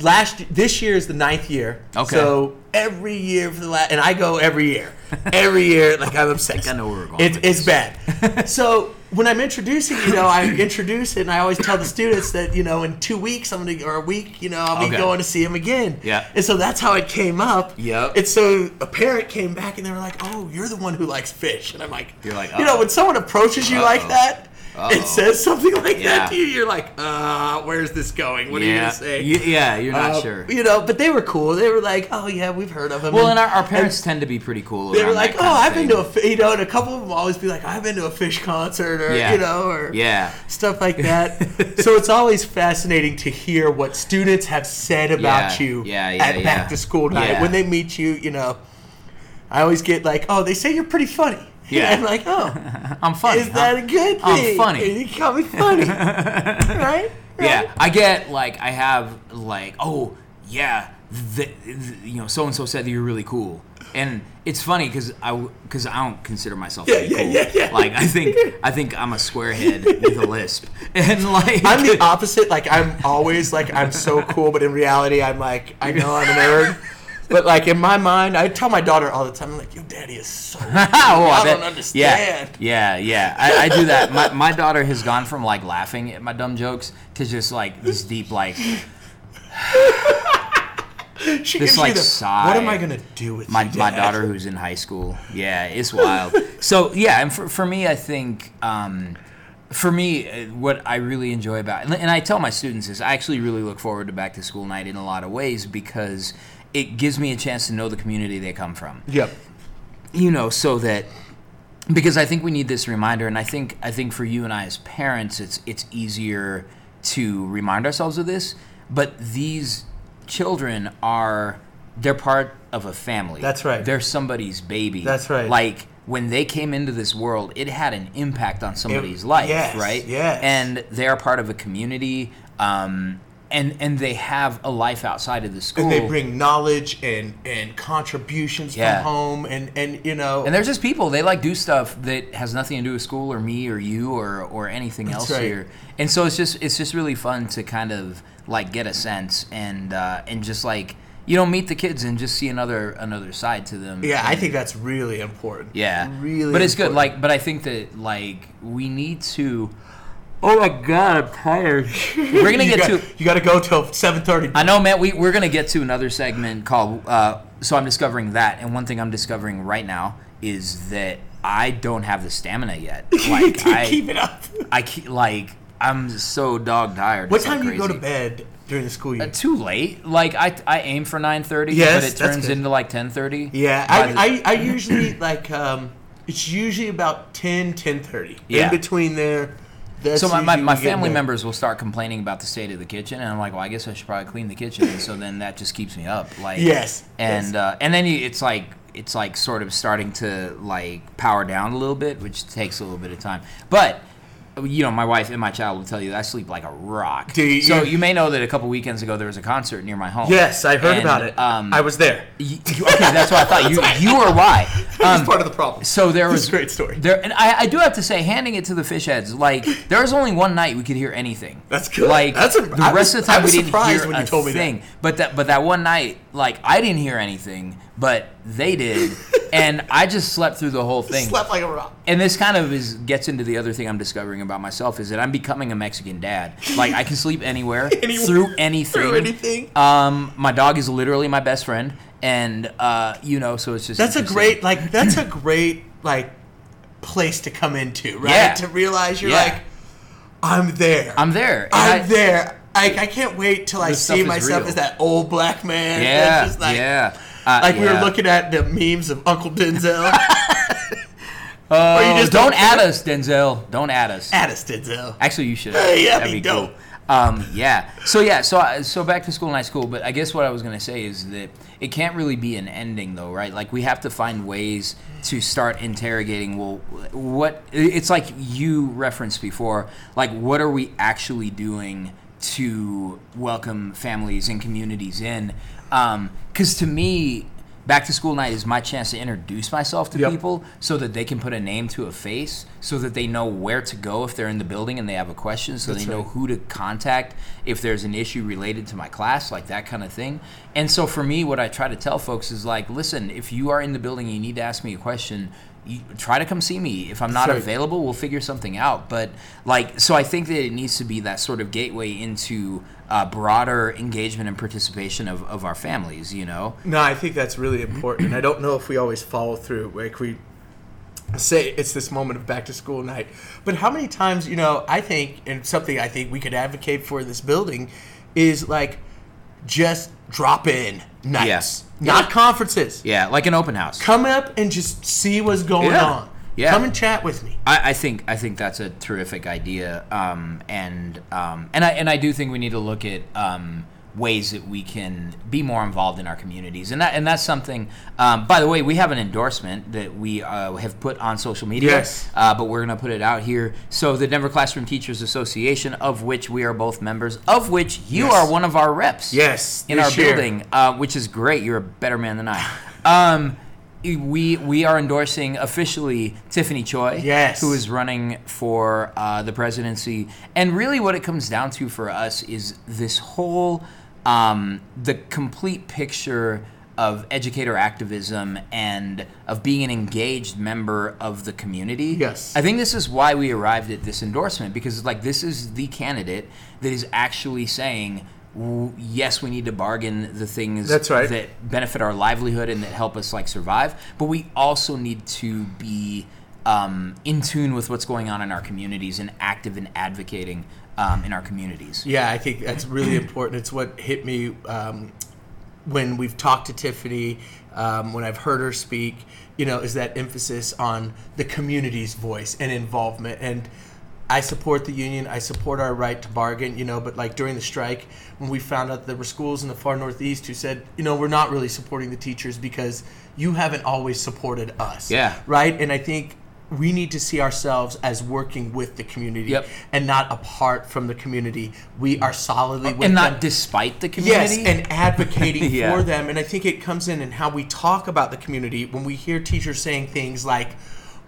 [SPEAKER 3] Last this year is the ninth year.
[SPEAKER 2] Okay.
[SPEAKER 3] So every year for the last, and I go every year. every year. Like I'm obsessed.
[SPEAKER 2] I know where we're going
[SPEAKER 3] It's,
[SPEAKER 2] with
[SPEAKER 3] it's
[SPEAKER 2] this.
[SPEAKER 3] bad. so when I'm introducing, you know, I introduce it, and I always tell the students that you know in two weeks I'm gonna or a week, you know, I'll be
[SPEAKER 2] Okay.
[SPEAKER 3] going to see him again.
[SPEAKER 2] Yeah.
[SPEAKER 3] And so that's how it came up.
[SPEAKER 2] Yep.
[SPEAKER 3] And so a parent came back and they were like, "Oh, you're the one who likes fish," and I'm like,
[SPEAKER 2] You're like,
[SPEAKER 3] you know,
[SPEAKER 2] "Uh-oh.
[SPEAKER 3] when someone approaches you like
[SPEAKER 2] Uh-oh.
[SPEAKER 3] that.
[SPEAKER 2] Uh-oh.
[SPEAKER 3] and says something like
[SPEAKER 2] Yeah.
[SPEAKER 3] that to you. You're like, uh, where's this going? What are you
[SPEAKER 2] yeah,
[SPEAKER 3] gonna say?
[SPEAKER 2] Y- yeah, you're not
[SPEAKER 3] Uh,
[SPEAKER 2] sure.
[SPEAKER 3] You know, but they were cool. They were like, "Oh yeah, we've heard of him."
[SPEAKER 2] Well, and our, our parents tend to be pretty cool.
[SPEAKER 3] they were
[SPEAKER 2] around that
[SPEAKER 3] like, "Oh,
[SPEAKER 2] kind of
[SPEAKER 3] I've been
[SPEAKER 2] thing.
[SPEAKER 3] to a fi-" you know," and a couple of them always be like, "I've been to a fish concert," or
[SPEAKER 2] Yeah.
[SPEAKER 3] you know, or
[SPEAKER 2] yeah,
[SPEAKER 3] stuff like that. so it's always fascinating to hear what students have said about
[SPEAKER 2] Yeah,
[SPEAKER 3] you
[SPEAKER 2] yeah, yeah,
[SPEAKER 3] at
[SPEAKER 2] yeah.
[SPEAKER 3] back to school night
[SPEAKER 2] Yeah.
[SPEAKER 3] when they meet you. You know, I always get like, "Oh, they say you're pretty funny."
[SPEAKER 2] Yeah.
[SPEAKER 3] I'm like, "Oh,
[SPEAKER 2] I'm funny.
[SPEAKER 3] is
[SPEAKER 2] huh?
[SPEAKER 3] that a good thing?"
[SPEAKER 2] I'm funny.
[SPEAKER 3] And you call me funny, right? right?
[SPEAKER 2] Yeah, I get like I have like oh yeah, the, the, you know so and so said that you're really cool, and it's funny because I because I don't consider myself
[SPEAKER 3] Yeah,
[SPEAKER 2] to be
[SPEAKER 3] yeah,
[SPEAKER 2] cool.
[SPEAKER 3] yeah, yeah.
[SPEAKER 2] Like I think I think I'm a squarehead with a lisp, and like
[SPEAKER 3] I'm the opposite. Like I'm always like I'm so cool, but in reality, I'm like I know I'm a nerd. But like in my mind, I tell my daughter all the time, I'm like, "Your daddy is so."
[SPEAKER 2] Oh,
[SPEAKER 3] I
[SPEAKER 2] bet-
[SPEAKER 3] don't understand.
[SPEAKER 2] Yeah, yeah, yeah. I, I do that. My, my daughter has gone from like laughing at my dumb jokes to just like this deep like
[SPEAKER 3] She
[SPEAKER 2] This,
[SPEAKER 3] gives you
[SPEAKER 2] like,
[SPEAKER 3] the,
[SPEAKER 2] sigh.
[SPEAKER 3] What am I gonna do with
[SPEAKER 2] my,
[SPEAKER 3] you,
[SPEAKER 2] my
[SPEAKER 3] Dad?"
[SPEAKER 2] daughter who's in high school. Yeah, it's wild. so yeah, and for, for me, I think um, for me, uh, what I really enjoy about and, and I tell my students is I actually really look forward to back to school night in a lot of ways because it gives me a chance to know the community they come from
[SPEAKER 3] Yep.
[SPEAKER 2] you know, so that because I think we need this reminder, and I think I think for you and I as parents, it's it's easier to remind ourselves of this. But these children are they're part of a family.
[SPEAKER 3] That's right.
[SPEAKER 2] They're somebody's baby.
[SPEAKER 3] That's right.
[SPEAKER 2] Like when they came into this world, it had an impact on somebody's
[SPEAKER 3] It-
[SPEAKER 2] life,
[SPEAKER 3] yes,
[SPEAKER 2] right?
[SPEAKER 3] yes.
[SPEAKER 2] And they are part of a community, um, and and they have a life outside of the school.
[SPEAKER 3] And they bring knowledge and and contributions
[SPEAKER 2] Yeah.
[SPEAKER 3] from home, and and you know.
[SPEAKER 2] And they're just people. They like do stuff that has nothing to do with school or me or you or or anything else
[SPEAKER 3] right.
[SPEAKER 2] here. And so it's just it's just really fun to kind of like get a sense and uh, and just like you know meet the kids and just see another another side to them.
[SPEAKER 3] yeah, I
[SPEAKER 2] And-
[SPEAKER 3] think that's really important.
[SPEAKER 2] yeah,
[SPEAKER 3] really.
[SPEAKER 2] But it's good.
[SPEAKER 3] important.
[SPEAKER 2] Like, but I think that like we need to. Oh my god, I'm tired. We're gonna
[SPEAKER 3] you
[SPEAKER 2] get
[SPEAKER 3] got,
[SPEAKER 2] to.
[SPEAKER 3] You got to go till seven thirty.
[SPEAKER 2] I know, man. We, we're going to get to another segment called uh, So I'm Discovering That. And one thing I'm discovering right now is that I don't have the stamina yet. Like, I,
[SPEAKER 3] Keep it up.
[SPEAKER 2] I keep, like, I'm so dog tired.
[SPEAKER 3] What
[SPEAKER 2] It's, like,
[SPEAKER 3] time do you go to
[SPEAKER 2] crazy. Uh,
[SPEAKER 3] bed during the school year?
[SPEAKER 2] Too late. Like, I, I aim for 9.30,
[SPEAKER 3] Yes,
[SPEAKER 2] but it
[SPEAKER 3] that's
[SPEAKER 2] turns
[SPEAKER 3] good.
[SPEAKER 2] into, like, 10.30.
[SPEAKER 3] Yeah,
[SPEAKER 2] by the-
[SPEAKER 3] I, I, I usually like um, it's usually about 10, 10.30.
[SPEAKER 2] Yeah.
[SPEAKER 3] In between there. That's
[SPEAKER 2] So my, my,
[SPEAKER 3] usually
[SPEAKER 2] my
[SPEAKER 3] when you get
[SPEAKER 2] family
[SPEAKER 3] there.
[SPEAKER 2] members will start complaining about the state of the kitchen, and I'm like, well, I guess I should probably clean the kitchen. And so then that just keeps me up. Like
[SPEAKER 3] Yes,
[SPEAKER 2] and
[SPEAKER 3] yes.
[SPEAKER 2] Uh, and then you, it's like it's like sort of starting to like power down a little bit, which takes a little bit of time. But you know, my wife and my child will tell you that I sleep like a rock.
[SPEAKER 3] Do you-
[SPEAKER 2] so you may know that a couple weekends ago there was a concert near my home.
[SPEAKER 3] Yes, I heard
[SPEAKER 2] And,
[SPEAKER 3] about it.
[SPEAKER 2] Um,
[SPEAKER 3] I was there.
[SPEAKER 2] you, you- okay, that's what I thought. You you were why.
[SPEAKER 3] That's part of the problem.
[SPEAKER 2] um, So there was
[SPEAKER 3] a great story.
[SPEAKER 2] There and I, I do have to say, handing it to the fish heads, like there was only one night we could hear anything.
[SPEAKER 3] That's good.
[SPEAKER 2] Like
[SPEAKER 3] That's a-
[SPEAKER 2] the
[SPEAKER 3] I
[SPEAKER 2] rest
[SPEAKER 3] was-
[SPEAKER 2] of the time
[SPEAKER 3] I was
[SPEAKER 2] we didn't
[SPEAKER 3] surprised
[SPEAKER 2] hear
[SPEAKER 3] when you
[SPEAKER 2] a
[SPEAKER 3] told me that.
[SPEAKER 2] thing. But that but that one night, like I didn't hear anything, but they did, and I just slept through the whole thing.
[SPEAKER 3] Slept like a rock.
[SPEAKER 2] And this kind of is gets into the other thing I'm discovering about myself is that I'm becoming a Mexican dad. Like I can sleep anywhere,
[SPEAKER 3] Anywhere.
[SPEAKER 2] through anything.
[SPEAKER 3] Through anything.
[SPEAKER 2] Um, my dog is literally my best friend, and uh, you know, so it's just
[SPEAKER 3] That's a
[SPEAKER 2] interesting.
[SPEAKER 3] great like that's a great like place to come into, right?
[SPEAKER 2] Yeah.
[SPEAKER 3] To realize you're
[SPEAKER 2] Yeah.
[SPEAKER 3] like, I'm there.
[SPEAKER 2] I'm there. and
[SPEAKER 3] I'm
[SPEAKER 2] I-
[SPEAKER 3] there. I, I can't wait till I
[SPEAKER 2] This stuff
[SPEAKER 3] see
[SPEAKER 2] is
[SPEAKER 3] myself
[SPEAKER 2] real.
[SPEAKER 3] as that old black man.
[SPEAKER 2] Yeah,
[SPEAKER 3] that's just like,
[SPEAKER 2] yeah. Uh,
[SPEAKER 3] Like we
[SPEAKER 2] yeah.
[SPEAKER 3] were looking at the memes of Uncle Denzel.
[SPEAKER 2] Oh,
[SPEAKER 3] you just
[SPEAKER 2] don't
[SPEAKER 3] don't
[SPEAKER 2] add
[SPEAKER 3] care?
[SPEAKER 2] us, Denzel. Don't add us.
[SPEAKER 3] at us, Denzel.
[SPEAKER 2] Actually, you should.
[SPEAKER 3] Hey, that'd Eh. be dope.
[SPEAKER 2] cool. Um, yeah. So yeah. So I- so back to school, night school. But I guess what I was gonna say is that it can't really be an ending, though, right? Like we have to find ways to start interrogating. Well, what? It's like you referenced before. Like, what are we actually doing Um, to welcome families and communities in? Because to me, back to school night is my chance to introduce myself to
[SPEAKER 3] Yep.
[SPEAKER 2] people so that they can put a name to a face, so that they know where to go if they're in the building and they have a question, so
[SPEAKER 3] That's
[SPEAKER 2] they know
[SPEAKER 3] right.
[SPEAKER 2] who to contact if there's an issue related to my class, like that kind of thing. And so for me, what I try to tell folks is like, listen, if you are in the building and you need to ask me a question, you try to come see me. If I'm not
[SPEAKER 3] That's right.
[SPEAKER 2] available, we'll figure something out. But like, so I think that it needs to be that sort of gateway into uh, broader engagement and participation of, of our families, you know?
[SPEAKER 3] No, I think that's really important. And I don't know if we always follow through. Like we say it's this moment of back to school night. But how many times, you know, I think, and something I think we could advocate for in this building is like just drop in nights,
[SPEAKER 2] Yes.
[SPEAKER 3] not conferences.
[SPEAKER 2] Yeah, like an open house.
[SPEAKER 3] Come up and just see what's going
[SPEAKER 2] Yeah.
[SPEAKER 3] on.
[SPEAKER 2] Yeah.
[SPEAKER 3] Come and chat with me.
[SPEAKER 2] I, I think I think that's a terrific idea, um, and um, and I and I do think we need to look at um, ways that we can be more involved in our communities, and that and that's something. Um, by the way, we have an endorsement that we uh, have put on social media,
[SPEAKER 3] Yes.
[SPEAKER 2] uh, but we're going to put it out here. So the Denver Classroom Teachers Association, of which we are both members, of which you
[SPEAKER 3] Yes.
[SPEAKER 2] are one of our reps,
[SPEAKER 3] Yes,
[SPEAKER 2] in our
[SPEAKER 3] this year.
[SPEAKER 2] building, uh, which is great. You're a better man than I. Um, we we are endorsing officially Tiffany Choi,
[SPEAKER 3] Yes.
[SPEAKER 2] who is running for uh, the presidency. And really, what it comes down to for us is this whole um, the complete picture of educator activism and of being an engaged member of the community.
[SPEAKER 3] Yes.
[SPEAKER 2] I think this is why we arrived at this endorsement because like this is the candidate that is actually saying "W- yes we need to bargain the things
[SPEAKER 3] That's right.
[SPEAKER 2] that benefit our livelihood and that help us like survive but we also need to be um, in tune with what's going on in our communities and active in advocating um, in our communities
[SPEAKER 3] Yeah, I think that's really important. It's what hit me um, when we've talked to Tiffany, um, when I've heard her speak, you know, is that emphasis on the community's voice and involvement. And I support the union, I support our right to bargain, you know, but like during the strike, when we found out there were schools in the far Northeast who said, you know, we're not really supporting the teachers because you haven't always supported us.
[SPEAKER 2] Yeah.
[SPEAKER 3] Right? And I think. We need to see ourselves as working with the community
[SPEAKER 2] Yep.
[SPEAKER 3] and not apart from the community. We are solidly with
[SPEAKER 2] and
[SPEAKER 3] them.
[SPEAKER 2] not despite the community
[SPEAKER 3] Yes, and advocating
[SPEAKER 2] Yeah.
[SPEAKER 3] for them. And I think it comes in in how we talk about the community when we hear teachers saying things like,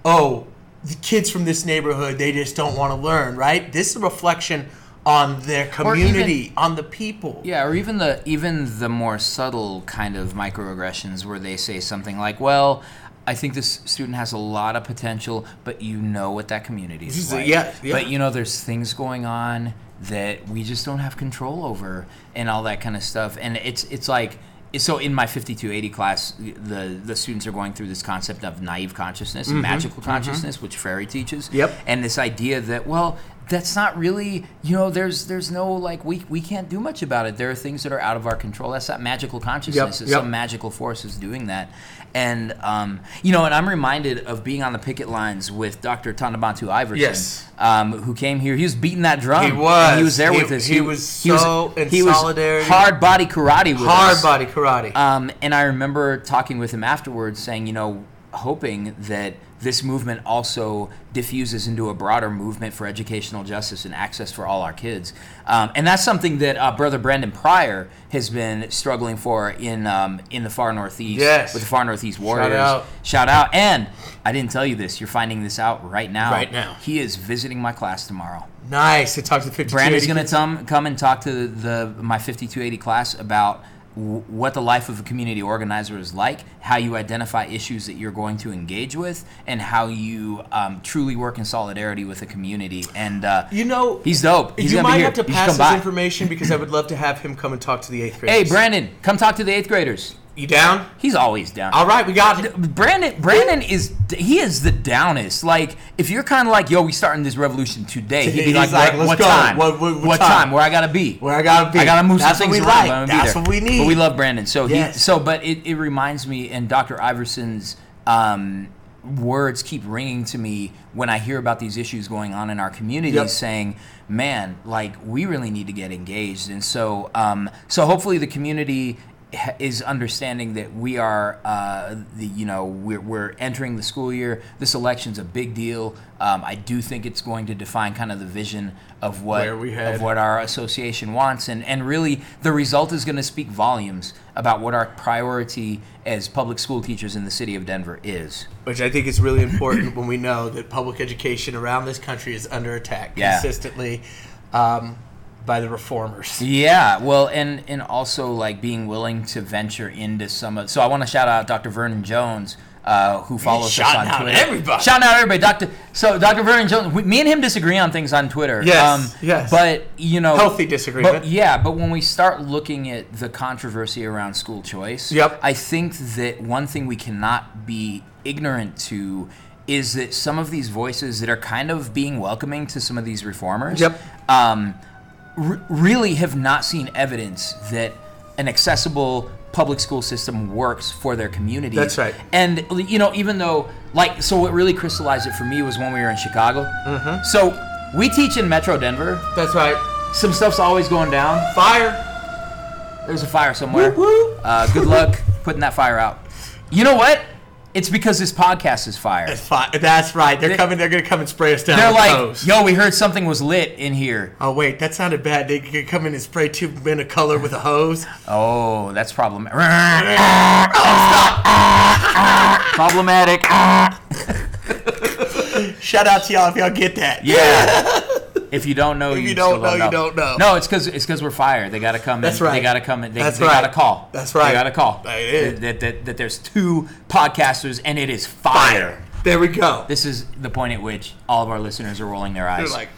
[SPEAKER 3] oh, the kids from this neighborhood, they just don't want to learn, right? This is a reflection on their community, on the people.
[SPEAKER 2] Yeah, or even the even the more subtle kind of microaggressions where they say something like, "Well, I think this student has a lot of potential, but you know what that community is
[SPEAKER 3] Is it-
[SPEAKER 2] like.
[SPEAKER 3] yeah, yeah.
[SPEAKER 2] But you know, there's things going on that we just don't have control over, and all that kind of stuff. And it's it's like." So in my 5280 class, the the students are going through this concept of naive consciousness and magical consciousness, which Ferry teaches
[SPEAKER 3] Mm-hmm. Yep.
[SPEAKER 2] and this idea that well that's not really you know there's there's no like we we can't do much about it there are things that are out of our control that's not magical consciousness it's
[SPEAKER 3] yep.
[SPEAKER 2] some magical force is doing that and um, you know and i'm reminded of being on the picket lines with dr tanabantu iverson
[SPEAKER 3] Yes.
[SPEAKER 2] um, who came here he was beating that drum
[SPEAKER 3] He
[SPEAKER 2] and
[SPEAKER 3] was.
[SPEAKER 2] he was there
[SPEAKER 3] He-
[SPEAKER 2] with us
[SPEAKER 3] he was so in
[SPEAKER 2] he was
[SPEAKER 3] solidarity.
[SPEAKER 2] hard body karate with
[SPEAKER 3] Hard
[SPEAKER 2] us.
[SPEAKER 3] body karate.
[SPEAKER 2] Um, and I remember talking with him afterwards, saying, you know, hoping that this movement also diffuses into a broader movement for educational justice and access for all our kids. Um, and that's something that uh, Brother Brandon Pryor has been struggling for in um, in the far northeast
[SPEAKER 3] Yes.
[SPEAKER 2] with the far northeast warriors.
[SPEAKER 3] out.
[SPEAKER 2] Shout out. And I didn't tell you this. You're finding this out right now.
[SPEAKER 3] Right now.
[SPEAKER 2] He is visiting my class tomorrow.
[SPEAKER 3] nice. It talks to 52.
[SPEAKER 2] Brandon's going to come come and talk to the my 5280 class about w- what the life of a community organizer is like, how you identify issues that you're going to engage with, and how you um, truly work in solidarity with the community. And uh,
[SPEAKER 3] You know,
[SPEAKER 2] he's dope. He's
[SPEAKER 3] you
[SPEAKER 2] gonna
[SPEAKER 3] might
[SPEAKER 2] be here.
[SPEAKER 3] have to
[SPEAKER 2] You should
[SPEAKER 3] pass
[SPEAKER 2] come
[SPEAKER 3] this
[SPEAKER 2] by.
[SPEAKER 3] information because I would love to have him come and talk to the eighth
[SPEAKER 2] Hey,
[SPEAKER 3] graders.
[SPEAKER 2] Brandon, come talk to the eighth graders.
[SPEAKER 3] You down?
[SPEAKER 2] He's always down.
[SPEAKER 3] All right, we got it.
[SPEAKER 2] Brandon Brandon is he is the downest. Like if you're kind of like yo, we starting this revolution today. He'd be
[SPEAKER 3] He's
[SPEAKER 2] like,
[SPEAKER 3] like,
[SPEAKER 2] what,
[SPEAKER 3] "Let's
[SPEAKER 2] what
[SPEAKER 3] go.
[SPEAKER 2] time?
[SPEAKER 3] What- what- what
[SPEAKER 2] time?
[SPEAKER 3] time?
[SPEAKER 2] Where I gotta be?
[SPEAKER 3] Where I gotta be.
[SPEAKER 2] I gotta move
[SPEAKER 3] That's
[SPEAKER 2] some
[SPEAKER 3] what
[SPEAKER 2] things
[SPEAKER 3] we
[SPEAKER 2] around,
[SPEAKER 3] like.
[SPEAKER 2] but I'm gonna be
[SPEAKER 3] That's
[SPEAKER 2] there.
[SPEAKER 3] what we need.
[SPEAKER 2] But we love Brandon. So he
[SPEAKER 3] Yes.
[SPEAKER 2] so but it, it reminds me and Dr. Iverson's um, words keep ringing to me when I hear about these issues going on in our communities,
[SPEAKER 3] Yep.
[SPEAKER 2] saying, "Man, like we really need to get engaged." And so um, so hopefully the community ha- is understanding that we are uh, the you know we're, we're entering the school year. This election's a big deal. Um, I do think it's going to define kind of the vision of what
[SPEAKER 3] Where we head.
[SPEAKER 2] of what our association wants, and and really the result is going to speak volumes about what our priority as public school teachers in the city of Denver is.
[SPEAKER 3] which I think is really important when we know that public education around this country is under attack
[SPEAKER 2] Yeah.
[SPEAKER 3] consistently um, by the reformers.
[SPEAKER 2] Yeah, well, and and also like being willing to venture into some of. So I want to shout out Dr. Vernon Jones, uh, who follows us
[SPEAKER 3] shouting
[SPEAKER 2] on
[SPEAKER 3] out
[SPEAKER 2] Twitter.
[SPEAKER 3] everybody.
[SPEAKER 2] Shout out everybody, Doctor. So Dr. Vernon Jones, we, me and him disagree on things on Twitter. Um,
[SPEAKER 3] Yes, yes.
[SPEAKER 2] But you know,
[SPEAKER 3] Healthy disagreement.
[SPEAKER 2] But, yeah, but when we start looking at the controversy around school choice,
[SPEAKER 3] Yep.
[SPEAKER 2] I think that one thing we cannot be ignorant to is that some of these voices that are kind of being welcoming to some of these reformers
[SPEAKER 3] Yep.
[SPEAKER 2] um, r- really have not seen evidence that an accessible public school system works for their communities.
[SPEAKER 3] That's right.
[SPEAKER 2] And you know, even though like, so what really crystallized it for me was when we were in Chicago.
[SPEAKER 3] Mm-hmm.
[SPEAKER 2] So we teach in Metro Denver.
[SPEAKER 3] That's right.
[SPEAKER 2] Some stuff's always going down.
[SPEAKER 3] Fire.
[SPEAKER 2] There's a fire somewhere.
[SPEAKER 3] Woo-woo.
[SPEAKER 2] Uh, good luck putting that fire out. You know what? It's because this podcast is fire.
[SPEAKER 3] That's fire. That's right. They're
[SPEAKER 2] They-
[SPEAKER 3] coming. They're gonna come and spray us down.
[SPEAKER 2] They're
[SPEAKER 3] with
[SPEAKER 2] like,
[SPEAKER 3] hose.
[SPEAKER 2] yo, we heard something was lit in here.
[SPEAKER 3] Oh wait, that sounded bad. They could come in and spray two men of color with a hose.
[SPEAKER 2] Oh, that's problematic. problematic.
[SPEAKER 3] Shout out to y'all if y'all get that.
[SPEAKER 2] Yeah. If you don't know, you,
[SPEAKER 3] you don't
[SPEAKER 2] still
[SPEAKER 3] know, you don't know.
[SPEAKER 2] No, it's because it's because we're fired. They got to come.
[SPEAKER 3] That's
[SPEAKER 2] in. They
[SPEAKER 3] right.
[SPEAKER 2] got to come. In. They,
[SPEAKER 3] That's
[SPEAKER 2] they
[SPEAKER 3] right.
[SPEAKER 2] got to call.
[SPEAKER 3] That's right.
[SPEAKER 2] They got to call.
[SPEAKER 3] They did.
[SPEAKER 2] That, that that there's two podcasters and it is fire.
[SPEAKER 3] There we go.
[SPEAKER 2] This is the point at which all of our listeners are rolling their eyes
[SPEAKER 3] They're like,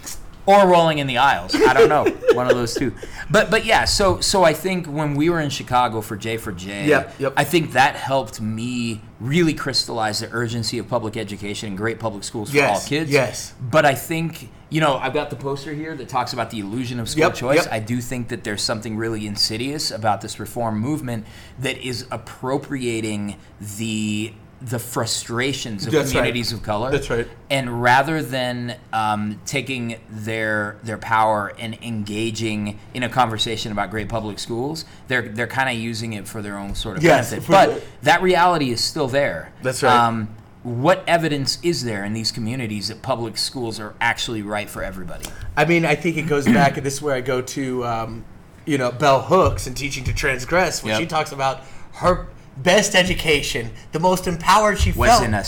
[SPEAKER 2] or rolling in the aisles. I don't know, one of those two. But but yeah, so so I think when we were in Chicago for J for J,
[SPEAKER 3] Yep, yep.
[SPEAKER 2] I think that helped me really crystallize the urgency of public education and great public schools for
[SPEAKER 3] Yes,
[SPEAKER 2] all kids.
[SPEAKER 3] yes.
[SPEAKER 2] But I think you know I've got the poster here that talks about the illusion of school
[SPEAKER 3] Yep,
[SPEAKER 2] choice.
[SPEAKER 3] yep.
[SPEAKER 2] I do think that there's something really insidious about this reform movement that is appropriating the the frustrations of
[SPEAKER 3] That's right.
[SPEAKER 2] communities of color
[SPEAKER 3] That's right.
[SPEAKER 2] and rather than um, taking their their power and engaging in a conversation about great public schools, they're they're kind of using it for their own sort of
[SPEAKER 3] Yes,
[SPEAKER 2] benefit.
[SPEAKER 3] for-
[SPEAKER 2] But that reality is still there.
[SPEAKER 3] That's right.
[SPEAKER 2] Um, what evidence is there in these communities that public schools are actually right for everybody?
[SPEAKER 3] I mean, I think it goes back, and this is where I go to, um, you know, Bell Hooks and teaching to transgress, when
[SPEAKER 2] Yep.
[SPEAKER 3] she talks about her best education, the most empowered she
[SPEAKER 2] Was
[SPEAKER 3] felt
[SPEAKER 2] in a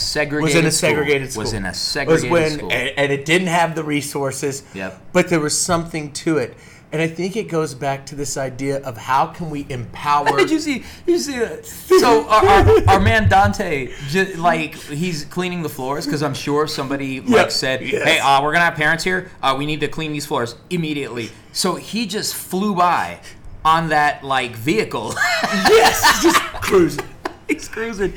[SPEAKER 3] was in a
[SPEAKER 2] segregated school.
[SPEAKER 3] segregated school.
[SPEAKER 2] Was in a
[SPEAKER 3] Was
[SPEAKER 2] segregated
[SPEAKER 3] when-
[SPEAKER 2] school.
[SPEAKER 3] And, and it didn't have the resources.
[SPEAKER 2] Yep.
[SPEAKER 3] But there was something to it, and I think it goes back to this idea of how can we empower.
[SPEAKER 2] Did you see? You see that? So our, our, our man Dante, ju- like he's cleaning the floors because I'm sure somebody like said,
[SPEAKER 3] yes.
[SPEAKER 2] "Hey, uh, we're gonna have parents here. Uh, we need to clean these floors immediately." So he just flew by on that like vehicle.
[SPEAKER 3] yes, just cruising.
[SPEAKER 2] he's cruising.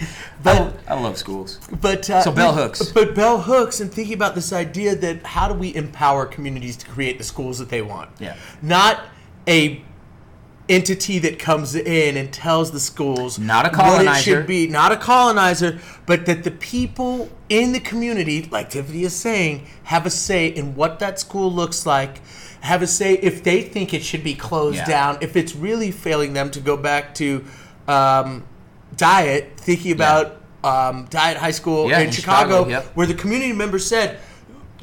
[SPEAKER 2] But
[SPEAKER 3] But-
[SPEAKER 2] I, love schools.
[SPEAKER 3] But uh,
[SPEAKER 2] So bell hooks.
[SPEAKER 3] But bell hooks, and thinking about this idea that how do we empower communities to create the schools that they want?
[SPEAKER 2] Yeah.
[SPEAKER 3] Not a entity that comes in and tells the schools
[SPEAKER 2] Not a
[SPEAKER 3] what it
[SPEAKER 2] colonizer.
[SPEAKER 3] should be, not a colonizer, but that the people in the community, like Tiffany is saying, have a say in what that school looks like. Have a say if they think it should be closed
[SPEAKER 2] Yeah.
[SPEAKER 3] down, if it's really failing them to go back to um, diet, thinking about um, diet high school
[SPEAKER 2] Yeah,
[SPEAKER 3] in,
[SPEAKER 2] in
[SPEAKER 3] Chicago,
[SPEAKER 2] Chicago, yep.
[SPEAKER 3] where the community members said,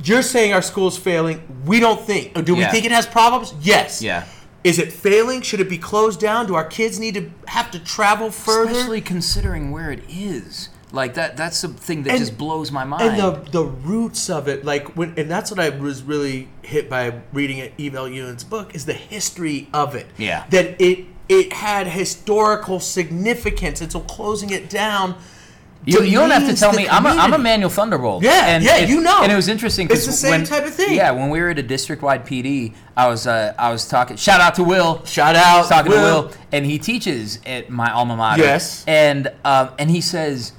[SPEAKER 3] "You're saying our school's failing. We don't think. Do we
[SPEAKER 2] Yeah.
[SPEAKER 3] think it has problems? Yes.
[SPEAKER 2] Yeah.
[SPEAKER 3] Is it failing? Should it be closed down? Do our kids need to have to travel further?
[SPEAKER 2] Especially considering where it is, like that. That's the thing that
[SPEAKER 3] And-
[SPEAKER 2] just blows my mind.
[SPEAKER 3] and the the roots of it, like when, and that's what I was really hit by reading it, Evel Ewan's book, is the history of it.
[SPEAKER 2] Yeah.
[SPEAKER 3] that it it had historical significance, and so closing it down.
[SPEAKER 2] You, you don't have to
[SPEAKER 3] demeans
[SPEAKER 2] tell
[SPEAKER 3] the
[SPEAKER 2] me. I'm a, I'm a
[SPEAKER 3] community.
[SPEAKER 2] Manuel Thunderbolt.
[SPEAKER 3] Yeah, yeah, you know.
[SPEAKER 2] And it was interesting. 'cause
[SPEAKER 3] It's the same
[SPEAKER 2] when-
[SPEAKER 3] type of thing.
[SPEAKER 2] Yeah, when we were at a district-wide PD, I was uh, I was talking. Shout out to Will.
[SPEAKER 3] Shout out,
[SPEAKER 2] I was talking
[SPEAKER 3] Will.
[SPEAKER 2] to Will, and he teaches at my alma mater.
[SPEAKER 3] Yes.
[SPEAKER 2] And um, and he says,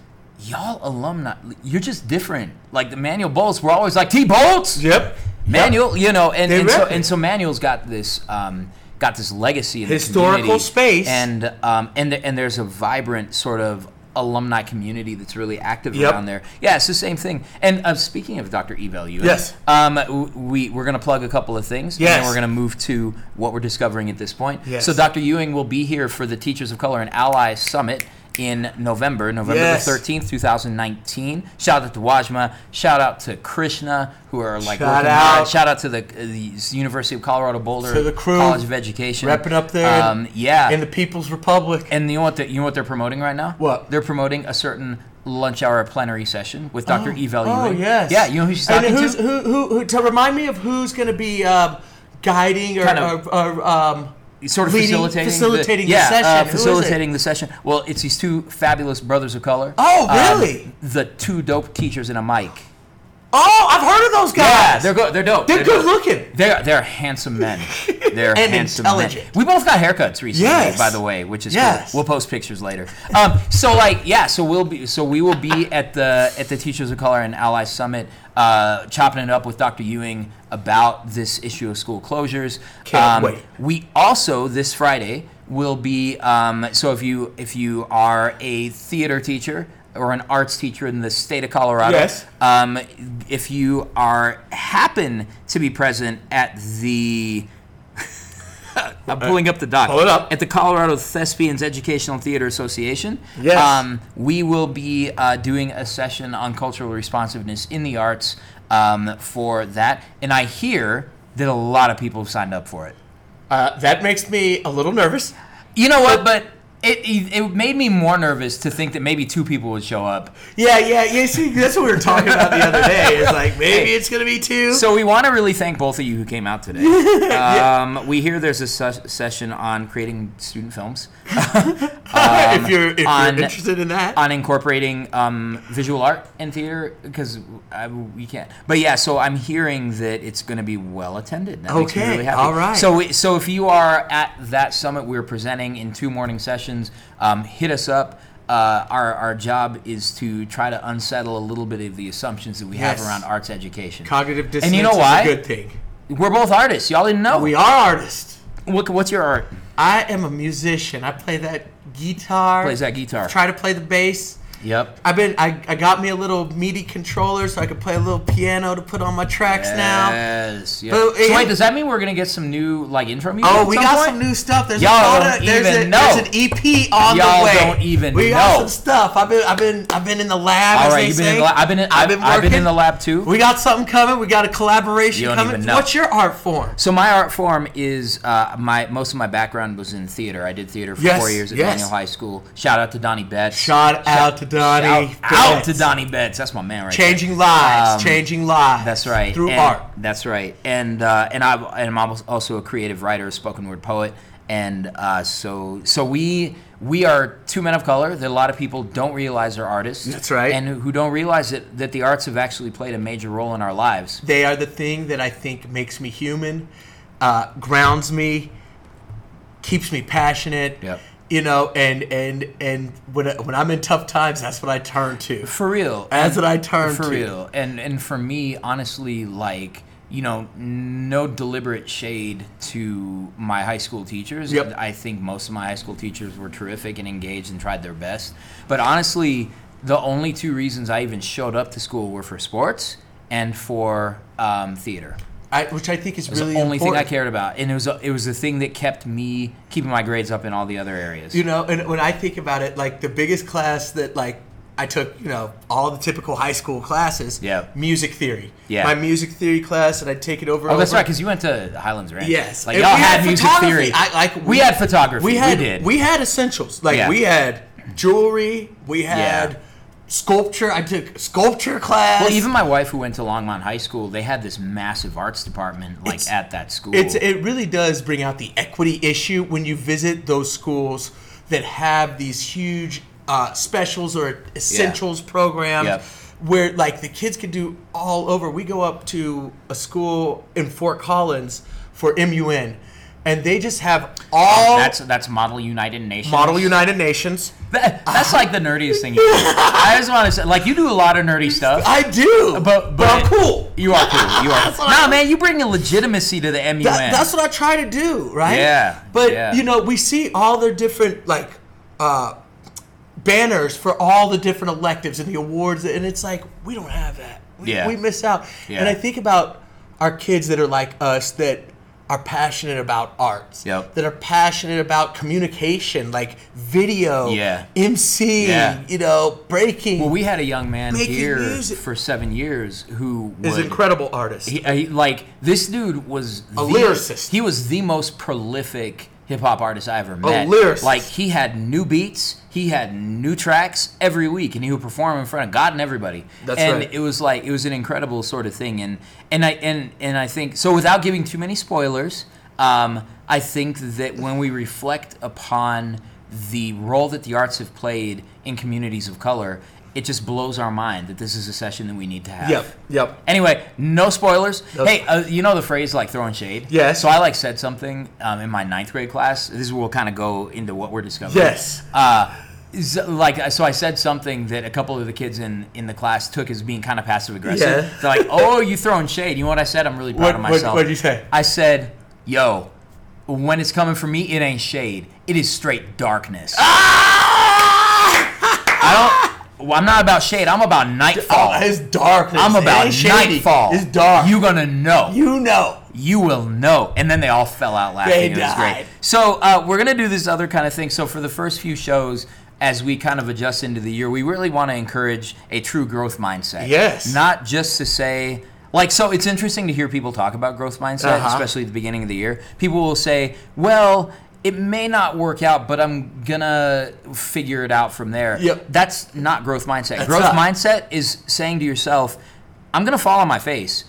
[SPEAKER 2] y'all alumni, you're just different. Like the Manuel Bolts, were always like T Bolts.
[SPEAKER 3] Yep.
[SPEAKER 2] Manuel, you know, and,
[SPEAKER 3] They
[SPEAKER 2] and so
[SPEAKER 3] rep it.
[SPEAKER 2] and so Manuel's got this um, got this legacy in the
[SPEAKER 3] Historical
[SPEAKER 2] community.
[SPEAKER 3] space.
[SPEAKER 2] and um, and and there's a vibrant sort of alumni community that's really active
[SPEAKER 3] Yep.
[SPEAKER 2] around there. Yeah, it's the same thing. And uh, speaking of Dr. Evel, you
[SPEAKER 3] Yes.
[SPEAKER 2] um, w- we we're gonna plug a couple of things. And
[SPEAKER 3] Yes.
[SPEAKER 2] then we're gonna move to what we're discovering at this point.
[SPEAKER 3] Yes.
[SPEAKER 2] So Dr. Ewing will be here for the Teachers of Color and Ally Summit. In November, November
[SPEAKER 3] Yes.
[SPEAKER 2] the 13th, 2019. Shout out to Wajma. Shout out to Krishna, who are like
[SPEAKER 3] Shout
[SPEAKER 2] working hard.
[SPEAKER 3] out.
[SPEAKER 2] Shout out to the, the University of Colorado Boulder
[SPEAKER 3] To the crew.
[SPEAKER 2] College of Education.
[SPEAKER 3] Repping up there.
[SPEAKER 2] Um, yeah.
[SPEAKER 3] in the People's Republic.
[SPEAKER 2] And you know what? The, you know what they're promoting right now?
[SPEAKER 3] What?
[SPEAKER 2] They're promoting a certain lunch hour plenary session with Dr. Evel
[SPEAKER 3] Oh
[SPEAKER 2] Ewing.
[SPEAKER 3] yes.
[SPEAKER 2] Yeah, you know who she's
[SPEAKER 3] And
[SPEAKER 2] talking
[SPEAKER 3] who's,
[SPEAKER 2] to?
[SPEAKER 3] Who, who, who, to remind me of who's going to be um, guiding or,
[SPEAKER 2] Kind of-
[SPEAKER 3] or, or um,
[SPEAKER 2] Sort of
[SPEAKER 3] leading-
[SPEAKER 2] facilitating,
[SPEAKER 3] facilitating the
[SPEAKER 2] yeah,
[SPEAKER 3] session.
[SPEAKER 2] uh,
[SPEAKER 3] Who is it?
[SPEAKER 2] facilitating the session. Well, it's these two fabulous brothers of color.
[SPEAKER 3] Oh,
[SPEAKER 2] Um,
[SPEAKER 3] really?
[SPEAKER 2] the two dope teachers and a mic.
[SPEAKER 3] Oh, I've heard of those guys.
[SPEAKER 2] Yeah, they're go- they're dope.
[SPEAKER 3] They're
[SPEAKER 2] dope.
[SPEAKER 3] good looking.
[SPEAKER 2] They're they're handsome men. They're
[SPEAKER 3] And
[SPEAKER 2] handsome men.
[SPEAKER 3] intelligent.
[SPEAKER 2] We both got haircuts recently,
[SPEAKER 3] Yes.
[SPEAKER 2] by the way, which is
[SPEAKER 3] Yes.
[SPEAKER 2] cool. We'll post pictures later. Um, so like yeah, so we'll be so we will be at the at the Teachers of Color and Ally Summit, uh, chopping it up with Dr. Ewing about this issue of school closures. Um,
[SPEAKER 3] Can't wait.
[SPEAKER 2] We also this Friday will be um, so if you if you are a theater teacher or an arts teacher in the state of Colorado,
[SPEAKER 3] Yes.
[SPEAKER 2] um, if you are happen to be present at the I'm pulling up the doc.
[SPEAKER 3] Uh, Pull it up.
[SPEAKER 2] At the Colorado Thespians Educational Theater Association.
[SPEAKER 3] Yes.
[SPEAKER 2] Um, we will be uh, doing a session on cultural responsiveness in the arts um, for that. And I hear that a lot of people have signed up for it.
[SPEAKER 3] Uh, that makes me a little nervous.
[SPEAKER 2] You know what? But it, it, it made me more nervous to think that maybe two people would show up.
[SPEAKER 3] Yeah, yeah, yeah. See, that's what we were talking about the other day. It's like maybe it's gonna be two.
[SPEAKER 2] So we want to really thank both of you who came out today. Um, we hear there's a ses- session on creating student films,
[SPEAKER 3] if you're if
[SPEAKER 2] um, on-
[SPEAKER 3] you're interested in that,
[SPEAKER 2] on incorporating um, visual art in theater because we can't. But yeah, so I'm hearing that it's going to be well attended. That makes me
[SPEAKER 3] Okay,
[SPEAKER 2] really happy.
[SPEAKER 3] all right.
[SPEAKER 2] So we- so if you are at that summit, we're presenting in two morning sessions. Um, hit us up. Uh, our, our job is to try to unsettle a little bit of the assumptions that we
[SPEAKER 3] Yes.
[SPEAKER 2] have around arts education.
[SPEAKER 3] cognitive dissonance
[SPEAKER 2] and you know
[SPEAKER 3] is
[SPEAKER 2] why?
[SPEAKER 3] a good thing.
[SPEAKER 2] We're both artists. Y'all didn't know.
[SPEAKER 3] We are artists.
[SPEAKER 2] What, what's your art?
[SPEAKER 3] I am a musician. I play that guitar.
[SPEAKER 2] Plays that guitar.
[SPEAKER 3] Try to play the bass.
[SPEAKER 2] Yep.
[SPEAKER 3] I've been I, I got me a little MIDI controller so I could play a little piano to put on my tracks now.
[SPEAKER 2] Yes. Yep.
[SPEAKER 3] But
[SPEAKER 2] so
[SPEAKER 3] it-
[SPEAKER 2] wait, does that mean we're gonna get some new like intro music?
[SPEAKER 3] Oh,
[SPEAKER 2] at
[SPEAKER 3] we
[SPEAKER 2] some
[SPEAKER 3] got
[SPEAKER 2] point?
[SPEAKER 3] some new stuff. There's
[SPEAKER 2] Y'all
[SPEAKER 3] a lot of,
[SPEAKER 2] don't
[SPEAKER 3] there's, a-
[SPEAKER 2] even
[SPEAKER 3] there's
[SPEAKER 2] know.
[SPEAKER 3] an EP on
[SPEAKER 2] Y'all
[SPEAKER 3] the way.
[SPEAKER 2] don't even
[SPEAKER 3] we got
[SPEAKER 2] know.
[SPEAKER 3] some stuff. I've been I've been I've been in the lab.
[SPEAKER 2] All
[SPEAKER 3] as
[SPEAKER 2] right,
[SPEAKER 3] they
[SPEAKER 2] you've been
[SPEAKER 3] say.
[SPEAKER 2] in the lab. I've been in, I've,
[SPEAKER 3] been
[SPEAKER 2] I've been in
[SPEAKER 3] working.
[SPEAKER 2] the lab too.
[SPEAKER 3] We got something coming. We got a collaboration
[SPEAKER 2] You don't
[SPEAKER 3] coming.
[SPEAKER 2] even know.
[SPEAKER 3] What's your art form?
[SPEAKER 2] so my art form is uh, my most of my background was in theater. I did theater for
[SPEAKER 3] Yes,
[SPEAKER 2] four years at
[SPEAKER 3] yes.
[SPEAKER 2] Daniel High School. Shout out to Donnie Betts.
[SPEAKER 3] Shout out to Donnie.
[SPEAKER 2] out, out to
[SPEAKER 3] Betts.
[SPEAKER 2] Donnie Betts. That's my man right there.
[SPEAKER 3] Changing lives.
[SPEAKER 2] Um,
[SPEAKER 3] changing lives.
[SPEAKER 2] That's right.
[SPEAKER 3] Through
[SPEAKER 2] And-
[SPEAKER 3] art.
[SPEAKER 2] That's right. And uh, and I and I'm al- also a creative writer, a spoken word poet, and uh, so so we we are two men of color that a lot of people don't realize are artists.
[SPEAKER 3] That's right.
[SPEAKER 2] And who don't realize that that the arts have actually played a major role in our lives.
[SPEAKER 3] They are the thing that I think makes me human, uh, grounds me, keeps me passionate.
[SPEAKER 2] Yep.
[SPEAKER 3] You know, and and and when I, when I'm in tough times, that's what I turn to.
[SPEAKER 2] For real.
[SPEAKER 3] That's what I turn
[SPEAKER 2] for
[SPEAKER 3] to.
[SPEAKER 2] real and and for me honestly like you know no deliberate shade to my high school teachers
[SPEAKER 3] Yep.
[SPEAKER 2] i think most of my high school teachers were terrific and engaged and tried their best but honestly the only two reasons i even showed up to school were for sports and for um, theater
[SPEAKER 3] I, which I think is
[SPEAKER 2] It was
[SPEAKER 3] really
[SPEAKER 2] the only
[SPEAKER 3] important.
[SPEAKER 2] thing i cared about and it was a, it was the thing that kept me keeping my grades up in all the other areas
[SPEAKER 3] You know, and when I think about it, like the biggest class that like I took, you know, all the typical high school classes.
[SPEAKER 2] Yeah.
[SPEAKER 3] Music theory.
[SPEAKER 2] Yeah.
[SPEAKER 3] My music theory class, and I'd take it over.
[SPEAKER 2] Oh, that's
[SPEAKER 3] over.
[SPEAKER 2] right, because you went to Highlands Ranch.
[SPEAKER 3] Yes,
[SPEAKER 2] like
[SPEAKER 3] And
[SPEAKER 2] y'all
[SPEAKER 3] we
[SPEAKER 2] had, music
[SPEAKER 3] photography.
[SPEAKER 2] theory.
[SPEAKER 3] I, like
[SPEAKER 2] we, had photography.
[SPEAKER 3] We had
[SPEAKER 2] did.
[SPEAKER 3] had essentials. Like
[SPEAKER 2] Yeah.
[SPEAKER 3] we had jewelry. We had sculpture. I took sculpture class.
[SPEAKER 2] Well, even my wife, who went to Longmont High School, they had this massive arts department like
[SPEAKER 3] It's-
[SPEAKER 2] at that school.
[SPEAKER 3] it's it really does bring out the equity issue when you visit those schools that have these huge uh, specials or essentials programs
[SPEAKER 2] Yep.
[SPEAKER 3] where like the kids can do all over. We go up to a school in Fort Collins for MUN, and they just have all
[SPEAKER 2] Oh, that's that's Model United Nations.
[SPEAKER 3] model United Nations.
[SPEAKER 2] That- that's like the nerdiest thing. you do. I just want to say, like, you do a lot of nerdy stuff.
[SPEAKER 3] I do,
[SPEAKER 2] but-
[SPEAKER 3] but I'm
[SPEAKER 2] but-
[SPEAKER 3] cool.
[SPEAKER 2] you are cool. You are.
[SPEAKER 3] That's what I-
[SPEAKER 2] nah, man, you bring a legitimacy to the MUN.
[SPEAKER 3] That- that's what I try to do, right?
[SPEAKER 2] Yeah,
[SPEAKER 3] But
[SPEAKER 2] yeah.
[SPEAKER 3] you know, we see all their different like uh, banners for all the different electives and the awards, and it's like we don't have that. We,
[SPEAKER 2] Yeah.
[SPEAKER 3] we miss out.
[SPEAKER 2] Yeah.
[SPEAKER 3] And I think about our kids that are like us that are passionate about arts,
[SPEAKER 2] Yep.
[SPEAKER 3] that are passionate about communication, like video,
[SPEAKER 2] Yeah.
[SPEAKER 3] MC,
[SPEAKER 2] Yeah.
[SPEAKER 3] you know, breaking.
[SPEAKER 2] Well, we had a young man
[SPEAKER 3] Making
[SPEAKER 2] here
[SPEAKER 3] music.
[SPEAKER 2] for seven years who
[SPEAKER 3] is
[SPEAKER 2] would-
[SPEAKER 3] incredible artist.
[SPEAKER 2] He, uh, he- like this dude was a
[SPEAKER 3] lyricist.
[SPEAKER 2] He was the most prolific hip hop artist I ever met.
[SPEAKER 3] lyricist.
[SPEAKER 2] Like he had new beats, he had new tracks every week, and he would perform in front of God and everybody.
[SPEAKER 3] That's
[SPEAKER 2] and
[SPEAKER 3] right.
[SPEAKER 2] it was like it was an incredible sort of thing. And and I and and I think so. Without giving too many spoilers, um, I think that when we reflect upon the role that the arts have played in communities of color. It just blows our mind that this is a session that we need to have.
[SPEAKER 3] Yep, yep.
[SPEAKER 2] Anyway, no spoilers.
[SPEAKER 3] No-
[SPEAKER 2] Hey, uh, you know the phrase like throwing shade?
[SPEAKER 3] Yes.
[SPEAKER 2] So I like said something um, in my ninth grade class. This is where we'll kind of go into what we're discovering.
[SPEAKER 3] Yes.
[SPEAKER 2] Uh, is- like uh, so, I said something that a couple of the kids in, in the class took as being kind of passive aggressive.
[SPEAKER 3] Yeah.
[SPEAKER 2] They're like, "Oh, you throwing shade." You know what I said? I'm really proud
[SPEAKER 3] What-
[SPEAKER 2] of
[SPEAKER 3] what-
[SPEAKER 2] myself.
[SPEAKER 3] what'd you say?
[SPEAKER 2] I said, "Yo, when it's coming from me, it ain't shade. It is straight darkness."
[SPEAKER 3] Ah!
[SPEAKER 2] I don't. Well, I'm not about shade. I'm about nightfall.
[SPEAKER 3] Oh, it's dark.
[SPEAKER 2] I'm
[SPEAKER 3] It's-
[SPEAKER 2] about
[SPEAKER 3] it's shady.
[SPEAKER 2] nightfall.
[SPEAKER 3] It's dark.
[SPEAKER 2] You gonna know. You,
[SPEAKER 3] you know.
[SPEAKER 2] will know. And then they all fell out laughing.
[SPEAKER 3] They
[SPEAKER 2] it was
[SPEAKER 3] died.
[SPEAKER 2] great. So uh, we're gonna do this other kind of thing. So for the first few shows, as we kind of adjust into the year, we really want to encourage a true growth mindset.
[SPEAKER 3] Yes.
[SPEAKER 2] Not just to say. Like so, it's interesting to hear people talk about growth mindset,
[SPEAKER 3] Uh-huh.
[SPEAKER 2] especially at the beginning of the year. People will say, "Well, it may not work out, but I'm gonna figure it out from there."
[SPEAKER 3] Yep.
[SPEAKER 2] That's not growth mindset. growth
[SPEAKER 3] not.
[SPEAKER 2] mindset mindset is saying to yourself, I'm going to fall on my face.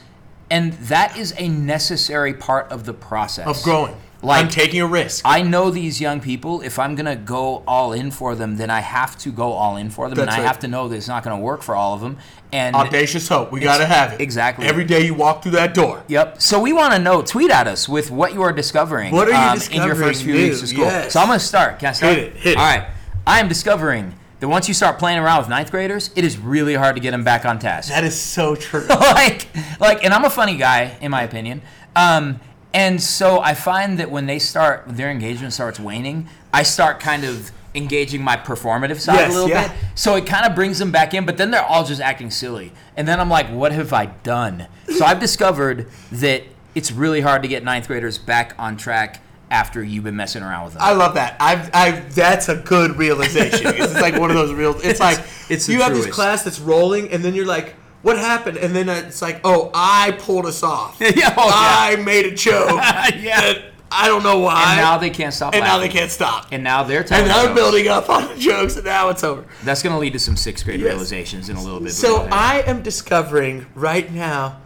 [SPEAKER 2] And that is a necessary part of the process
[SPEAKER 3] Of growing.
[SPEAKER 2] Like-
[SPEAKER 3] I'm taking a risk.
[SPEAKER 2] I know these young people. If I'm gonna go all in for them, then I have to go all in for them, and
[SPEAKER 3] That's
[SPEAKER 2] I
[SPEAKER 3] right.
[SPEAKER 2] have to know that it's not gonna work for all of them. And
[SPEAKER 3] Audacious hope. We gotta have it.
[SPEAKER 2] exactly.
[SPEAKER 3] Every day you walk through that door.
[SPEAKER 2] Yep. So we want to know. Tweet at us with what you are discovering. um,
[SPEAKER 3] What are you
[SPEAKER 2] in your first
[SPEAKER 3] discovering
[SPEAKER 2] few
[SPEAKER 3] new?
[SPEAKER 2] weeks of school?
[SPEAKER 3] Yes.
[SPEAKER 2] So I'm gonna start. Can I start?
[SPEAKER 3] it, hit it.
[SPEAKER 2] All right. I am discovering that once you start playing around with ninth graders, it is really hard to get them back on task.
[SPEAKER 3] That is so true.
[SPEAKER 2] like like and i'm a funny guy in my opinion um, and so i find that when they start their engagement starts waning i start kind of engaging my performative side
[SPEAKER 3] Yes,
[SPEAKER 2] a little
[SPEAKER 3] yeah.
[SPEAKER 2] bit so it kind of brings them back in but then they're all just acting silly and then i'm like what have i done so i've discovered that it's really hard to get ninth graders back on track after you've been messing around with them
[SPEAKER 3] I love that. I've, I've, that's a good realization. It's just like one of those real. It's, like
[SPEAKER 2] it's the
[SPEAKER 3] you have this
[SPEAKER 2] truest.
[SPEAKER 3] class that's rolling, and then you're like, "What happened?" And then it's like, "Oh, I pulled us off.
[SPEAKER 2] Yeah, oh, yeah.
[SPEAKER 3] I made a joke.
[SPEAKER 2] Yeah.
[SPEAKER 3] that I don't know why.
[SPEAKER 2] and now they can't stop
[SPEAKER 3] and now
[SPEAKER 2] laughing.
[SPEAKER 3] they can't stop.
[SPEAKER 2] and now they're telling
[SPEAKER 3] And now
[SPEAKER 2] jokes.
[SPEAKER 3] they're building up on the jokes, and now it's over.
[SPEAKER 2] that's going to lead to some sixth grade
[SPEAKER 3] Yes.
[SPEAKER 2] realizations in a little bit but go
[SPEAKER 3] So
[SPEAKER 2] ahead.
[SPEAKER 3] I am discovering right now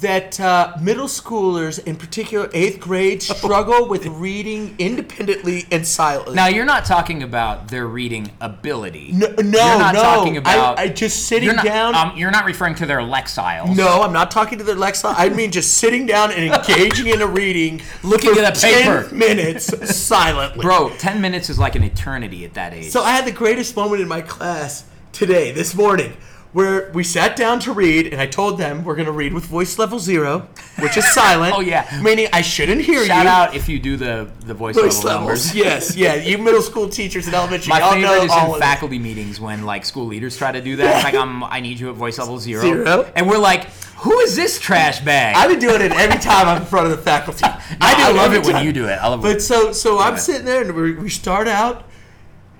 [SPEAKER 3] that uh, middle schoolers, in particular eighth grade, struggle with reading independently and silently.
[SPEAKER 2] Now you're not talking about their reading ability.
[SPEAKER 3] No, no,
[SPEAKER 2] you're not
[SPEAKER 3] no.
[SPEAKER 2] talking about.
[SPEAKER 3] I, I just sitting
[SPEAKER 2] you're not,
[SPEAKER 3] down.
[SPEAKER 2] Um, you're not referring to their lexiles.
[SPEAKER 3] no, I'm not talking to the Lexa. I mean just sitting down and engaging in a reading,
[SPEAKER 2] Looking
[SPEAKER 3] for
[SPEAKER 2] at a paper.
[SPEAKER 3] 10 minutes silently.
[SPEAKER 2] bro. Ten minutes is like an eternity at that age.
[SPEAKER 3] So I had the greatest moment in my class today, this morning, where we sat down to read, and I told them we're gonna read with voice level zero, which is silent.
[SPEAKER 2] Oh, yeah.
[SPEAKER 3] meaning I shouldn't hear
[SPEAKER 2] shout
[SPEAKER 3] you.
[SPEAKER 2] out if you do the the voice,
[SPEAKER 3] voice
[SPEAKER 2] level
[SPEAKER 3] levels.
[SPEAKER 2] numbers.
[SPEAKER 3] yes, yeah. You middle school teachers and elementary,
[SPEAKER 2] My
[SPEAKER 3] y'all know
[SPEAKER 2] favorite is
[SPEAKER 3] all
[SPEAKER 2] in
[SPEAKER 3] of it.
[SPEAKER 2] faculty meetings when like school leaders try to do that. It's like I'm, I need you at voice level zero.
[SPEAKER 3] Zero.
[SPEAKER 2] and we're like, who is this trash bag?
[SPEAKER 3] I've been doing it every time I'm in front of the faculty.
[SPEAKER 2] I,
[SPEAKER 3] do
[SPEAKER 2] love
[SPEAKER 3] every
[SPEAKER 2] it when
[SPEAKER 3] time.
[SPEAKER 2] you do it. I love
[SPEAKER 3] But
[SPEAKER 2] it.
[SPEAKER 3] so so I'm
[SPEAKER 2] it.
[SPEAKER 3] sitting there and we, we start out,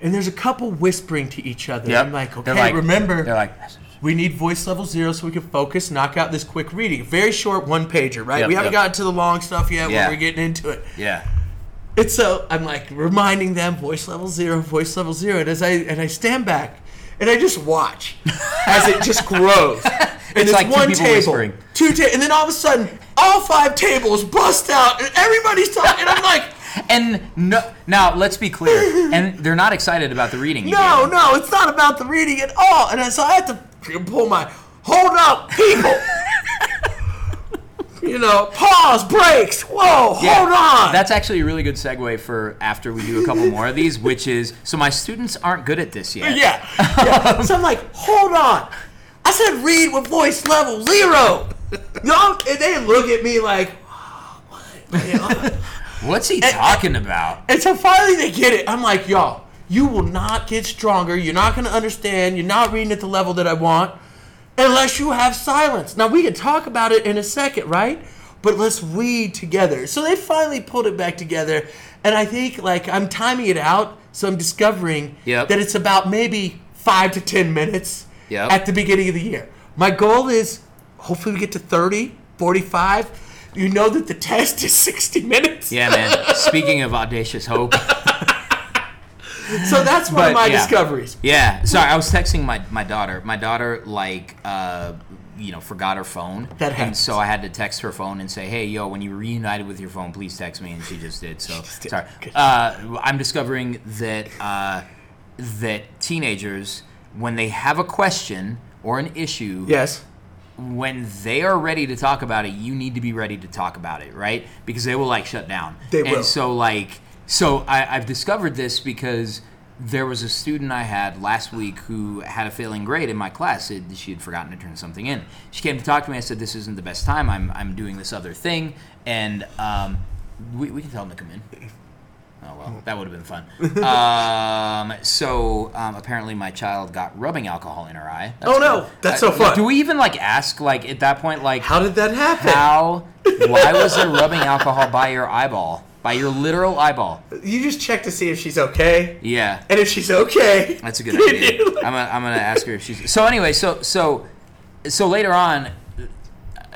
[SPEAKER 3] and there's a couple whispering to each other.
[SPEAKER 2] Yep.
[SPEAKER 3] I'm like, okay,
[SPEAKER 2] They're like-
[SPEAKER 3] remember,
[SPEAKER 2] They're like,
[SPEAKER 3] we need voice level zero so we can focus, knock out this quick reading. Very short one pager, right?
[SPEAKER 2] Yep,
[SPEAKER 3] we haven't
[SPEAKER 2] yep.
[SPEAKER 3] gotten to the long stuff yet.
[SPEAKER 2] Yeah.
[SPEAKER 3] When we're getting into it.
[SPEAKER 2] yeah.
[SPEAKER 3] And so I'm like reminding them voice level zero, voice level zero. And as I and I stand back and I just watch as it just grows. And
[SPEAKER 2] It's like two people whispering.
[SPEAKER 3] two ta- and then all of a sudden, all five tables bust out, and everybody's talking. And I'm like,
[SPEAKER 2] And no, now let's be clear. And they're not excited about the reading. you gave
[SPEAKER 3] no, no, it's not about the reading at all. And I- so I had to pull my hold up, people. you know, pause, breaks. Whoa,
[SPEAKER 2] Yeah,
[SPEAKER 3] hold on.
[SPEAKER 2] That's actually a really good segue for after we do a couple more of these, which is so my students aren't good at this yet.
[SPEAKER 3] Yeah. yeah. so I'm like, hold on. I said read with voice level zero. Y'all, and they look at me like, what?
[SPEAKER 2] What's he talking about?
[SPEAKER 3] and so finally they get it. I'm like, y'all, you will not get stronger. You're not going to understand. You're not reading at the level that I want unless you have silence. Now, we can talk about it in a second, right? But let's read together. So they finally pulled it back together. And I think, like, I'm timing it out. So I'm discovering
[SPEAKER 2] Yep.
[SPEAKER 3] that it's about maybe five to 10 minutes
[SPEAKER 2] Yep.
[SPEAKER 3] at the beginning of the year. My goal is hopefully we get to 30, 45. You know that the test is 60 minutes.
[SPEAKER 2] Yeah, man. Speaking of audacious hope,
[SPEAKER 3] So that's one
[SPEAKER 2] but
[SPEAKER 3] of my
[SPEAKER 2] yeah.
[SPEAKER 3] discoveries.
[SPEAKER 2] Yeah, sorry, I was texting my, my daughter. My daughter like uh, you know forgot her phone,
[SPEAKER 3] That
[SPEAKER 2] and
[SPEAKER 3] happens.
[SPEAKER 2] so I had to text her phone and say, "Hey, yo, when you reunited with your phone, please text me." And she just did. So
[SPEAKER 3] did.
[SPEAKER 2] sorry.
[SPEAKER 3] Good.
[SPEAKER 2] Uh, I'm discovering that uh, that teenagers when they have a question or an issue,
[SPEAKER 3] Yes.
[SPEAKER 2] when they are ready to talk about it, you need to be ready to talk about it, right? Because they will like shut down.
[SPEAKER 3] They
[SPEAKER 2] and
[SPEAKER 3] will.
[SPEAKER 2] so like so I, I've discovered this because there was a student I had last week who had a failing grade in my class. It, she had forgotten to turn something in. She came to talk to me. I said, "This isn't the best time. I'm I'm doing this other thing." And um, we we can tell them to come in. Oh
[SPEAKER 3] Hmm.
[SPEAKER 2] well, that would have been fun. um, so um, apparently, my child got rubbing alcohol in her eye. uh,
[SPEAKER 3] Oh, no. That's so fun.
[SPEAKER 2] Do we even like ask like at that point like
[SPEAKER 3] How did that happen?
[SPEAKER 2] how why was there rubbing alcohol by your eyeball by your literal eyeball?
[SPEAKER 3] You just check to see if she's okay.
[SPEAKER 2] Yeah,
[SPEAKER 3] And if she's okay,
[SPEAKER 2] that's a good idea. I'm gonna, I'm gonna ask her if she's so anyway. So so so later on.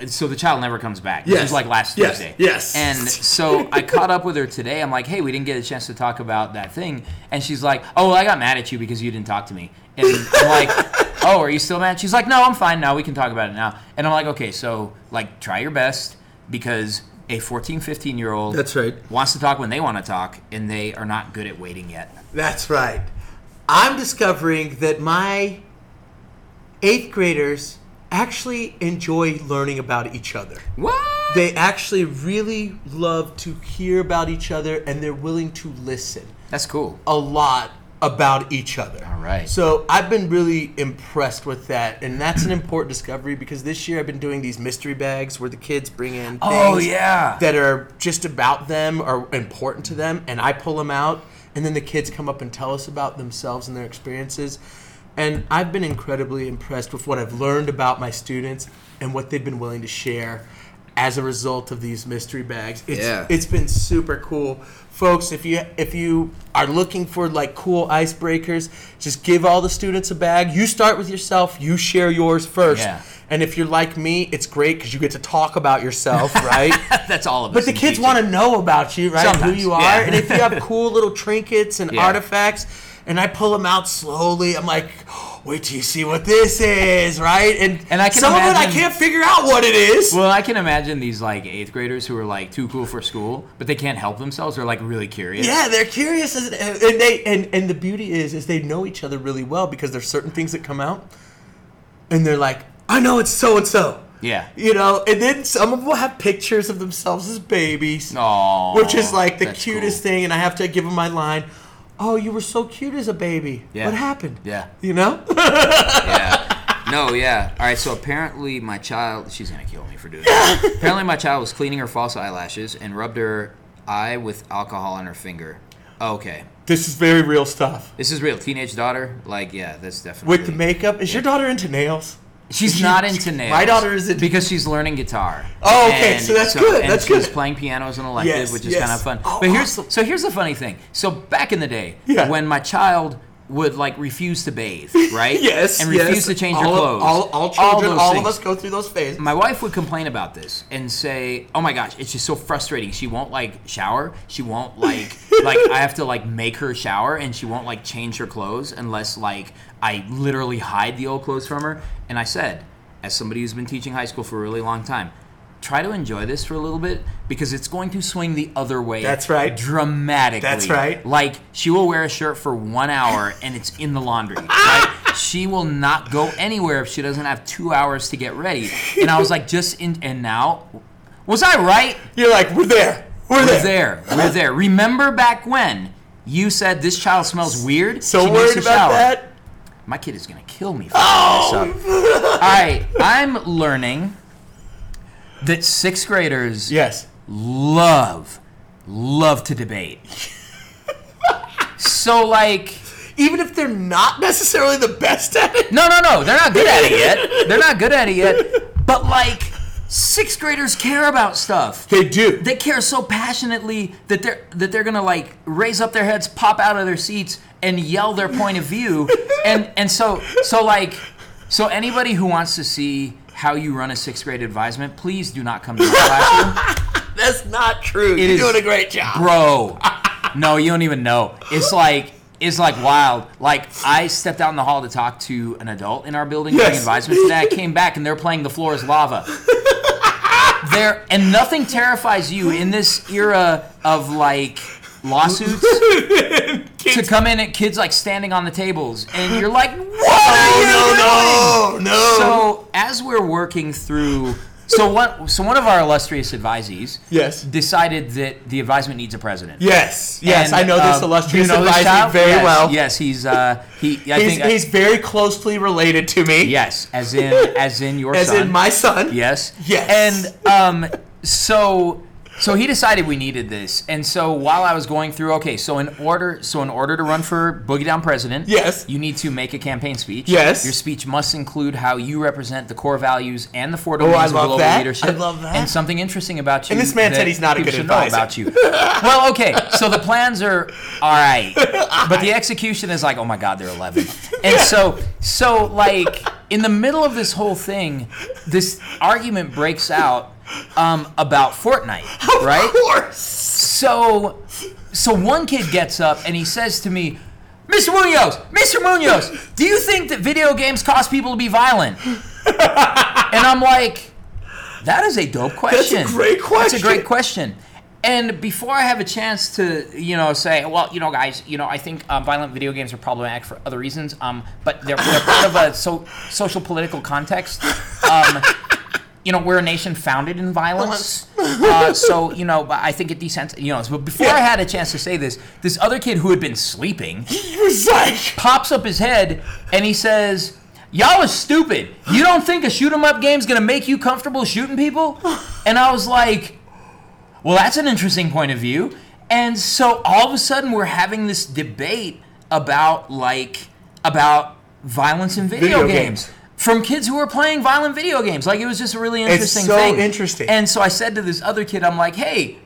[SPEAKER 2] uh, So the child never comes back. This
[SPEAKER 3] Yes.
[SPEAKER 2] was like last
[SPEAKER 3] Yes.
[SPEAKER 2] Tuesday.
[SPEAKER 3] Yes.
[SPEAKER 2] And so I caught up with her today. I'm like, hey, we didn't get a chance to talk about that thing. And she's like, oh, well, I got mad at you because you didn't talk to me. And I'm like, oh, are you still mad? She's like, no, I'm fine now. We can talk about it now. And I'm like, okay, so like try your best because a 14, 15 year old
[SPEAKER 3] That's right.
[SPEAKER 2] wants to talk when they want to talk and they are not good at waiting yet.
[SPEAKER 3] That's right. I'm discovering that my eighth graders actually enjoy learning about each other.
[SPEAKER 2] What?
[SPEAKER 3] They actually really love to hear about each other and they're willing to listen
[SPEAKER 2] That's cool.
[SPEAKER 3] a lot about each other.
[SPEAKER 2] All right.
[SPEAKER 3] So I've been really impressed with that. And that's an important discovery because this year I've been doing these mystery bags where the kids bring in things
[SPEAKER 2] Oh, yeah.
[SPEAKER 3] that are just about them or important to them, and I pull them out, and then the kids come up and tell us about themselves and their experiences. And I've been incredibly impressed with what I've learned about my students and what they've been willing to share as a result of these mystery bags. It's,
[SPEAKER 2] Yeah.
[SPEAKER 3] it's been super cool. Folks, if you if you are looking for like cool icebreakers, just give all the students a bag. You start with yourself, you share yours first.
[SPEAKER 2] Yeah.
[SPEAKER 3] And if you're like me, it's great because you get to talk about yourself, right?
[SPEAKER 2] That's all of us.
[SPEAKER 3] But the kids want to know about you, right?
[SPEAKER 2] Sometimes,
[SPEAKER 3] Who you are,
[SPEAKER 2] yeah.
[SPEAKER 3] and if you have cool little trinkets and
[SPEAKER 2] Yeah.
[SPEAKER 3] artifacts. And I pull them out slowly. I'm like, wait till you see what this is, right? And,
[SPEAKER 2] And I can
[SPEAKER 3] some of it I
[SPEAKER 2] imagine-
[SPEAKER 3] can't figure out what it is.
[SPEAKER 2] Well, I can imagine these like eighth graders who are like too cool for school, but they can't help themselves. They're like really curious.
[SPEAKER 3] yeah, they're curious, as- and and they and, and the beauty is is they know each other really well because there's certain things that come out, and they're like, I know it's so and so.
[SPEAKER 2] Yeah.
[SPEAKER 3] You know, and then some of them will have pictures of themselves as babies.
[SPEAKER 2] Aw,
[SPEAKER 3] which is like the
[SPEAKER 2] that's
[SPEAKER 3] cutest
[SPEAKER 2] cool.
[SPEAKER 3] thing and i have to give him my line oh you were so cute as a baby
[SPEAKER 2] Yeah.
[SPEAKER 3] what happened
[SPEAKER 2] Yeah.
[SPEAKER 3] you know
[SPEAKER 2] Yeah. No, yeah. All right, so apparently my child, she's going to kill me for doing this. apparently my child was cleaning her false eyelashes and rubbed her eye with alcohol on her finger. Okay.
[SPEAKER 3] this is very real stuff
[SPEAKER 2] This is real. Teenage daughter? Like, yeah, that's definitely.
[SPEAKER 3] with the makeup is your daughter into nails
[SPEAKER 2] She's
[SPEAKER 3] She-
[SPEAKER 2] not into nails.
[SPEAKER 3] my daughter is into-
[SPEAKER 2] because she's learning guitar.
[SPEAKER 3] Oh, okay, so that's good,
[SPEAKER 2] and
[SPEAKER 3] that's
[SPEAKER 2] she's
[SPEAKER 3] good.
[SPEAKER 2] playing piano as an elective,
[SPEAKER 3] Yes,
[SPEAKER 2] which is
[SPEAKER 3] yes.
[SPEAKER 2] kind of fun.
[SPEAKER 3] Oh,
[SPEAKER 2] but here's
[SPEAKER 3] awesome.
[SPEAKER 2] so here's the funny thing. So back in the day,
[SPEAKER 3] Yeah.
[SPEAKER 2] when my child would like refuse to bathe, right?
[SPEAKER 3] yes
[SPEAKER 2] and
[SPEAKER 3] yes.
[SPEAKER 2] refuse to change
[SPEAKER 3] all
[SPEAKER 2] her clothes.
[SPEAKER 3] of- all, all children all,
[SPEAKER 2] those
[SPEAKER 3] of
[SPEAKER 2] things.
[SPEAKER 3] us go through those phases
[SPEAKER 2] My wife would complain about this and say, "Oh my gosh, it's just so frustrating. She won't like shower. She won't like like I have to like make her shower, and she won't like change her clothes unless like I literally hide the old clothes from her." And I said, as somebody who's been teaching high school for a really long time, try to enjoy this for a little bit because it's going to swing the other way.
[SPEAKER 3] That's right.
[SPEAKER 2] Dramatically.
[SPEAKER 3] That's right.
[SPEAKER 2] Like she will wear a shirt for one hour and it's in the laundry. Right? she will not go anywhere if she doesn't have two hours to get ready. And I was like, just in and now, was I right?
[SPEAKER 3] you're like we're there we're,
[SPEAKER 2] We're
[SPEAKER 3] there.
[SPEAKER 2] there. We're there. Remember back when you said this child smells weird?
[SPEAKER 3] so
[SPEAKER 2] She needs
[SPEAKER 3] worried
[SPEAKER 2] to
[SPEAKER 3] about
[SPEAKER 2] shower."
[SPEAKER 3] that
[SPEAKER 2] My kid is gonna kill me. For oh! All right, I'm learning that sixth graders
[SPEAKER 3] yes
[SPEAKER 2] love love to debate So like,
[SPEAKER 3] Even if they're not necessarily the best at it.
[SPEAKER 2] no, no, no, they're not good at it yet. They're not good at it yet. But like, sixth graders care about stuff.
[SPEAKER 3] They do.
[SPEAKER 2] They care so passionately that they're that they're gonna like raise up their heads, pop out of their seats, and yell their point of view. And and so so like so anybody who wants to see how you run a sixth grade advisement, please do not come to my classroom.
[SPEAKER 3] That's not true. You're
[SPEAKER 2] is-
[SPEAKER 3] doing a great job.
[SPEAKER 2] bro no you don't even know it's like it's like wild like i stepped out in the hall to talk to an adult in our building during
[SPEAKER 3] Yes.
[SPEAKER 2] advisement today i came back and they're playing the floor is lava there and nothing terrifies you in this era of like lawsuits to come in at kids like standing on the tables and you're like what are you doing?
[SPEAKER 3] Oh, no, no, no.
[SPEAKER 2] so as we're working through so what so one of our illustrious advisees
[SPEAKER 3] Yes.
[SPEAKER 2] decided that the advisement needs a president
[SPEAKER 3] yes, yes,
[SPEAKER 2] and,
[SPEAKER 3] I know this
[SPEAKER 2] uh,
[SPEAKER 3] illustrious
[SPEAKER 2] you know this
[SPEAKER 3] advisor
[SPEAKER 2] child?
[SPEAKER 3] very
[SPEAKER 2] Yes,
[SPEAKER 3] well.
[SPEAKER 2] Yes, he's uh, he. I
[SPEAKER 3] he's,
[SPEAKER 2] think I-
[SPEAKER 3] he's very closely related to me.
[SPEAKER 2] yes, as in as in your
[SPEAKER 3] as
[SPEAKER 2] son.
[SPEAKER 3] in my son.
[SPEAKER 2] yes,
[SPEAKER 3] Yes.
[SPEAKER 2] and um, so so he decided we needed this, and so while I was going through, okay, so in order so in order to run for boogie down president,
[SPEAKER 3] Yes.
[SPEAKER 2] you need to make a campaign speech.
[SPEAKER 3] Yes.
[SPEAKER 2] your speech must include how you represent the core values and the four
[SPEAKER 3] Oh, I
[SPEAKER 2] domains of
[SPEAKER 3] love
[SPEAKER 2] global
[SPEAKER 3] that.
[SPEAKER 2] leadership.
[SPEAKER 3] I love that.
[SPEAKER 2] and something interesting about you.
[SPEAKER 3] And this man
[SPEAKER 2] that
[SPEAKER 3] said he's not a
[SPEAKER 2] people
[SPEAKER 3] good
[SPEAKER 2] should know
[SPEAKER 3] advisor.
[SPEAKER 2] about you. well, okay, so the plans are all right, but the execution is like, oh my god, they're eleven. And so, so like in the middle of this whole thing, this argument breaks out um, about Fortnite, right?
[SPEAKER 3] Of course.
[SPEAKER 2] So, so one kid gets up and he says to me, Mr. Munoz, Mr. Munoz, do you think that video games cause people to be violent? And I'm like, that is a dope question.
[SPEAKER 3] great
[SPEAKER 2] That's a
[SPEAKER 3] question.
[SPEAKER 2] great question. And before I have a chance to, you know, say, well, you know, guys, you know, I think um, violent video games are problematic for other reasons, um, but they're, they're part of a so, social political context. Um, you know, we're a nation founded in violence. uh, so, you know, but I think it desensitizes, you know, but before I had a chance to say this, this other kid who had been sleeping
[SPEAKER 3] He was like,
[SPEAKER 2] pops up his head and he says, Y'all are stupid. You don't think a shoot 'em up game's gonna make you comfortable shooting people? And I was like, Well, that's an interesting point of view. And so all of a sudden we're having this debate about like about violence in video,
[SPEAKER 3] Video
[SPEAKER 2] games.
[SPEAKER 3] games.
[SPEAKER 2] From kids who are playing violent video games. Like it was just a really interesting
[SPEAKER 3] so
[SPEAKER 2] thing.
[SPEAKER 3] interesting.
[SPEAKER 2] And so I said to this other kid, I'm like, hey,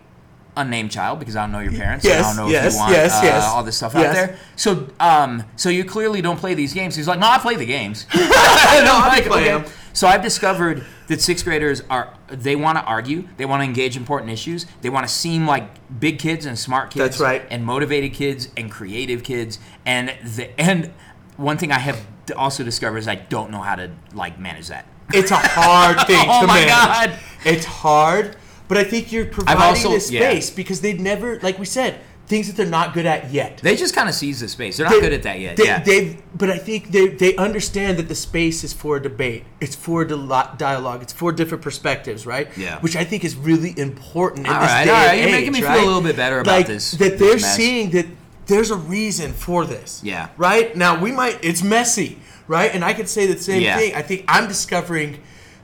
[SPEAKER 2] unnamed child, because I don't know your parents. and I
[SPEAKER 3] Yes,
[SPEAKER 2] don't know if
[SPEAKER 3] yes,
[SPEAKER 2] you want
[SPEAKER 3] yes,
[SPEAKER 2] uh,
[SPEAKER 3] yes.
[SPEAKER 2] all this stuff
[SPEAKER 3] Yes.
[SPEAKER 2] out there. So, um, so you clearly don't play these games. He's like, no, I play the games. And I'm
[SPEAKER 3] No, I
[SPEAKER 2] like,
[SPEAKER 3] play
[SPEAKER 2] okay.
[SPEAKER 3] them.
[SPEAKER 2] So I've discovered that sixth graders are they want to argue, they want to engage important issues, they want to seem like big kids and smart kids,
[SPEAKER 3] That's right.
[SPEAKER 2] and motivated kids and creative kids. And the and one thing I have d- also discovered is I don't know how to like manage that.
[SPEAKER 3] it's a hard thing
[SPEAKER 2] Oh
[SPEAKER 3] to
[SPEAKER 2] my
[SPEAKER 3] manage.
[SPEAKER 2] God.
[SPEAKER 3] It's hard, but I think you're providing
[SPEAKER 2] also-
[SPEAKER 3] this
[SPEAKER 2] yeah.
[SPEAKER 3] space because they've never, like we said, things that they're not good at yet.
[SPEAKER 2] They just kind of seize the space. They're not good at that yet.
[SPEAKER 3] They,
[SPEAKER 2] yeah.
[SPEAKER 3] They, but I think they, they understand that the space is for debate. It's for dilo- dialogue. It's for different perspectives, right?
[SPEAKER 2] Yeah.
[SPEAKER 3] Which I think is really important. In
[SPEAKER 2] All
[SPEAKER 3] this
[SPEAKER 2] right,
[SPEAKER 3] day
[SPEAKER 2] all
[SPEAKER 3] and
[SPEAKER 2] right. You're making
[SPEAKER 3] age,
[SPEAKER 2] me feel a
[SPEAKER 3] right?
[SPEAKER 2] little bit better about
[SPEAKER 3] Like,
[SPEAKER 2] this-
[SPEAKER 3] That
[SPEAKER 2] this
[SPEAKER 3] they're
[SPEAKER 2] mess.
[SPEAKER 3] seeing that there's a reason for this.
[SPEAKER 2] Yeah.
[SPEAKER 3] Right now we might. It's messy, right? And I could say the same
[SPEAKER 2] Yeah.
[SPEAKER 3] thing. I think I'm discovering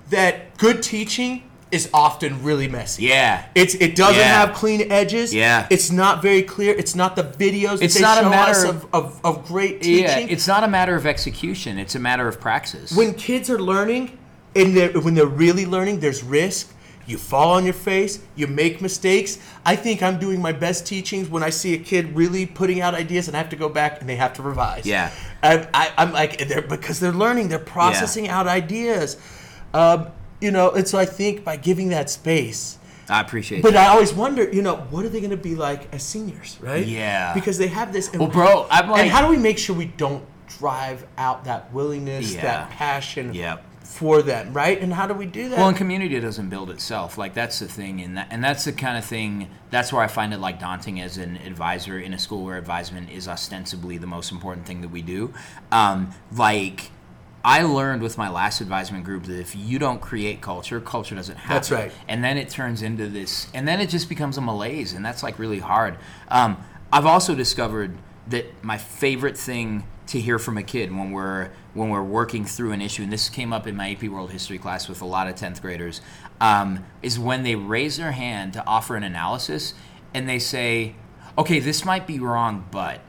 [SPEAKER 3] that good teaching is often really messy.
[SPEAKER 2] Yeah.
[SPEAKER 3] It's it doesn't
[SPEAKER 2] Yeah.
[SPEAKER 3] have clean edges.
[SPEAKER 2] Yeah.
[SPEAKER 3] It's not very clear. It's not the videos. that
[SPEAKER 2] It's
[SPEAKER 3] they
[SPEAKER 2] not a
[SPEAKER 3] show us
[SPEAKER 2] matter-
[SPEAKER 3] of of, of great teaching.
[SPEAKER 2] yeah, it's not a matter of execution; it's a matter of praxis.
[SPEAKER 3] when kids are learning, and they're, when they're really learning, there's risk. You fall on your face. You make mistakes. I think I'm doing my best teachings when I see a kid really putting out ideas, and I have to go back and they have to revise.
[SPEAKER 2] Yeah.
[SPEAKER 3] I, I, I'm like they're because they're learning. They're processing out ideas. Um, you know, and so I think by giving that space.
[SPEAKER 2] I appreciate
[SPEAKER 3] But
[SPEAKER 2] that.
[SPEAKER 3] I always wonder, you know, what are they going to be like as seniors, right?
[SPEAKER 2] Yeah.
[SPEAKER 3] Because they have this.
[SPEAKER 2] Well, bro, I'm
[SPEAKER 3] and
[SPEAKER 2] like-
[SPEAKER 3] how do we make sure we don't drive out that willingness,
[SPEAKER 2] Yeah.
[SPEAKER 3] that passion
[SPEAKER 2] Yep.
[SPEAKER 3] for them, right? And how do we do that?
[SPEAKER 2] Well, and community doesn't build itself. Like that's the thing, and that, and that's the kind of thing. That's where I find it like daunting as an advisor in a school where advisement is ostensibly the most important thing that we do. Um, like. I learned with my last advisement group that if you don't create culture, culture doesn't happen.
[SPEAKER 3] That's right.
[SPEAKER 2] And then it turns into this, and then it just becomes a malaise, and that's like really hard. Um, I've also discovered that my favorite thing to hear from a kid when we're when we're working through an issue, and this came up in my AP World History class with a lot of tenth graders, um, is when they raise their hand to offer an analysis, and they say, "Okay, this might be wrong, but."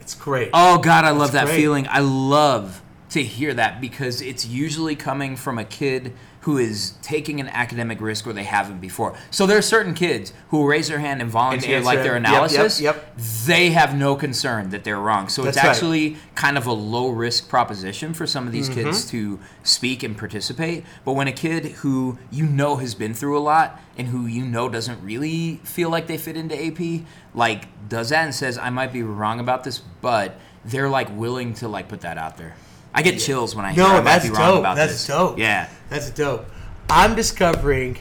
[SPEAKER 3] It's great.
[SPEAKER 2] Oh God, I love that
[SPEAKER 3] great.
[SPEAKER 2] feeling. I love to hear that because it's usually coming from a kid who is taking an academic risk or they haven't before. So there are certain kids who raise their hand and volunteer
[SPEAKER 3] answer
[SPEAKER 2] like their
[SPEAKER 3] it. Yep, yep,
[SPEAKER 2] analysis.
[SPEAKER 3] yep.
[SPEAKER 2] They have no concern that they're wrong. So it's
[SPEAKER 3] That's right.
[SPEAKER 2] actually kind of a low risk proposition for some of these
[SPEAKER 3] Mm-hmm.
[SPEAKER 2] kids to speak and participate. But when a kid who you know has been through a lot and who you know doesn't really feel like they fit into AP, like does that and says, I might be wrong about this, but they're like willing to like put that out there. I get chills when I hear I
[SPEAKER 3] No,
[SPEAKER 2] might
[SPEAKER 3] that's
[SPEAKER 2] be wrong
[SPEAKER 3] dope.
[SPEAKER 2] about
[SPEAKER 3] That's
[SPEAKER 2] this.
[SPEAKER 3] dope.
[SPEAKER 2] Yeah.
[SPEAKER 3] That's dope. I'm discovering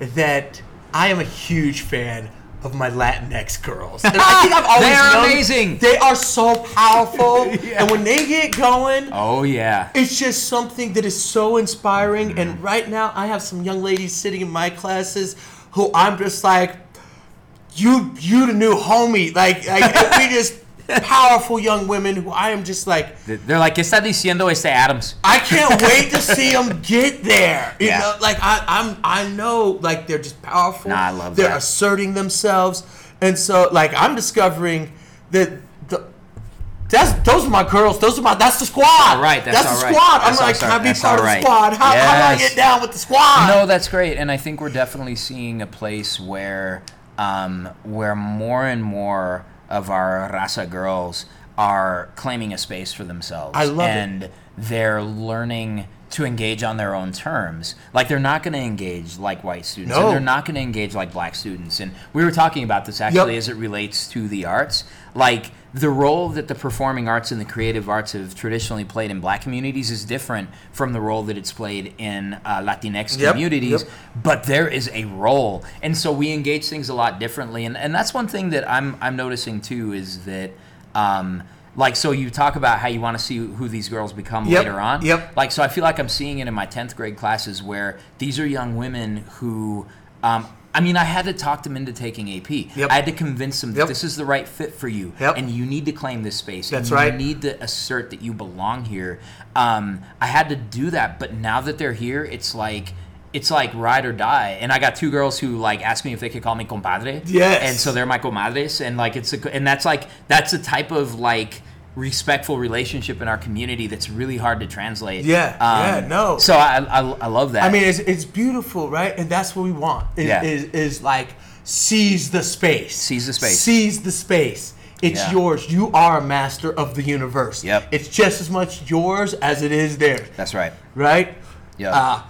[SPEAKER 3] that I am a huge fan of my Latinx girls. And I think I've always
[SPEAKER 2] They are
[SPEAKER 3] known-
[SPEAKER 2] amazing.
[SPEAKER 3] They are so powerful. And when they get going,
[SPEAKER 2] Oh yeah.
[SPEAKER 3] it's just something that is so inspiring. And right now, I have some young ladies sitting in my classes who I'm just like, you, you the new homie. Like, like and we just powerful young women who I am just like,
[SPEAKER 2] They're like, ¿Qué está diciendo este Adams?
[SPEAKER 3] I can't wait to see them get there. You
[SPEAKER 2] Yeah.
[SPEAKER 3] know, like I, I'm, I know, like they're just powerful.
[SPEAKER 2] Nah, I love
[SPEAKER 3] They're
[SPEAKER 2] that.
[SPEAKER 3] asserting themselves, and so like I'm discovering that the. That's those are my girls. Those are my. That's the squad.
[SPEAKER 2] All right, that's
[SPEAKER 3] the
[SPEAKER 2] all right.
[SPEAKER 3] squad.
[SPEAKER 2] That's
[SPEAKER 3] I'm
[SPEAKER 2] all
[SPEAKER 3] like, can
[SPEAKER 2] right,
[SPEAKER 3] I be
[SPEAKER 2] that's
[SPEAKER 3] part
[SPEAKER 2] all
[SPEAKER 3] of the
[SPEAKER 2] right.
[SPEAKER 3] squad? How, how do I
[SPEAKER 2] Yes.
[SPEAKER 3] get down with the squad?
[SPEAKER 2] No, that's great, and I think we're definitely seeing a place where um, where more and more of our Rasa girls are claiming a space for themselves.
[SPEAKER 3] I love it.
[SPEAKER 2] and they're learning to engage on their own terms. Like they're not going to engage like white students,
[SPEAKER 3] No.
[SPEAKER 2] and they're not going to engage like black students. And we were talking about this actually
[SPEAKER 3] Yep.
[SPEAKER 2] as it relates to the arts, like the role that the performing arts and the creative arts have traditionally played in black communities is different from the role that it's played in uh, Latinx
[SPEAKER 3] Yep,
[SPEAKER 2] communities,
[SPEAKER 3] yep.
[SPEAKER 2] but there is a role. And so we engage things a lot differently. And, and that's one thing that I'm, I'm noticing too is that, um, like, so you talk about how you want to see who these girls become
[SPEAKER 3] Yep,
[SPEAKER 2] later on.
[SPEAKER 3] yep.
[SPEAKER 2] Like, so I feel like I'm seeing it in my 10th grade classes where these are young women who, um, I mean, I had to talk them into taking AP.
[SPEAKER 3] Yep.
[SPEAKER 2] I had to convince them that
[SPEAKER 3] Yep.
[SPEAKER 2] this is the right fit for you,
[SPEAKER 3] Yep.
[SPEAKER 2] and you need to claim this space. and
[SPEAKER 3] That's
[SPEAKER 2] you
[SPEAKER 3] right.
[SPEAKER 2] need to assert that you belong here. Um, I had to do that, but now that they're here, it's like it's like ride or die. And I got two girls who like asked me if they could call me compadre.
[SPEAKER 3] Yes.
[SPEAKER 2] And so they're my comadres, and like it's a, and that's like that's a type of like respectful relationship in our community that's really hard to translate. Um,
[SPEAKER 3] Yeah, yeah, no.
[SPEAKER 2] So I, I I love that.
[SPEAKER 3] I mean, it's, it's beautiful, right? And that's what we want. Is,
[SPEAKER 2] Yeah.
[SPEAKER 3] is, is like seize the space.
[SPEAKER 2] Seize the space.
[SPEAKER 3] Seize the space. It's
[SPEAKER 2] Yeah.
[SPEAKER 3] yours. You are a master of the universe.
[SPEAKER 2] Yep.
[SPEAKER 3] It's just as much yours as it is theirs,
[SPEAKER 2] that's right.
[SPEAKER 3] right?
[SPEAKER 2] Yeah.
[SPEAKER 3] Uh,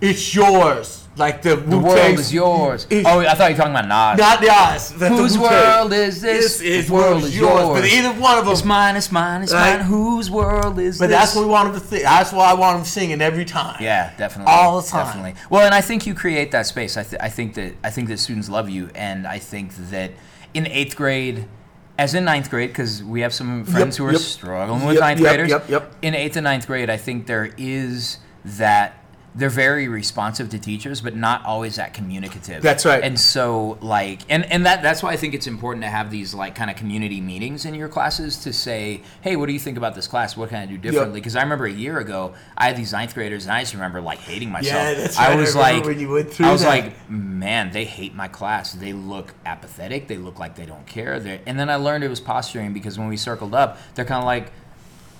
[SPEAKER 3] it's yours. Like the,
[SPEAKER 2] The world is yours.
[SPEAKER 3] It's-
[SPEAKER 2] oh, I thought you were talking about Nas.
[SPEAKER 3] Not yours. The,
[SPEAKER 2] Whose world is this?
[SPEAKER 3] This is world is yours. But either one of them.
[SPEAKER 2] It's mine, it's mine, it's
[SPEAKER 3] Right?
[SPEAKER 2] mine. Whose world is
[SPEAKER 3] but
[SPEAKER 2] this?
[SPEAKER 3] that's what we want them to think. That's why I want them singing every time.
[SPEAKER 2] yeah, definitely.
[SPEAKER 3] All the time.
[SPEAKER 2] Definitely. Well, and I think you create that space. I, th- I think that I think that students love you, and I think that in eighth grade, as in ninth grade, because we have some friends who are
[SPEAKER 3] yep.
[SPEAKER 2] struggling with
[SPEAKER 3] Yep,
[SPEAKER 2] ninth
[SPEAKER 3] yep,
[SPEAKER 2] graders.
[SPEAKER 3] yep, yep.
[SPEAKER 2] In eighth and ninth grade, I think there is that they're very responsive to teachers, but not always that communicative.
[SPEAKER 3] That's right.
[SPEAKER 2] And so like and and that that's why I think it's important to have these like kind of community meetings in your classes to say, hey, what do you think about this class? What can I do differently? Because I remember a year ago I had these ninth graders and I just remember like hating myself.
[SPEAKER 3] Yeah, that's
[SPEAKER 2] I
[SPEAKER 3] right. I
[SPEAKER 2] was
[SPEAKER 3] remember
[SPEAKER 2] like,
[SPEAKER 3] when you went through
[SPEAKER 2] I was
[SPEAKER 3] that.
[SPEAKER 2] like, man, they hate my class. They look apathetic. They look like they don't care. They're, and then I learned it was posturing because when we circled up, they're kind of like,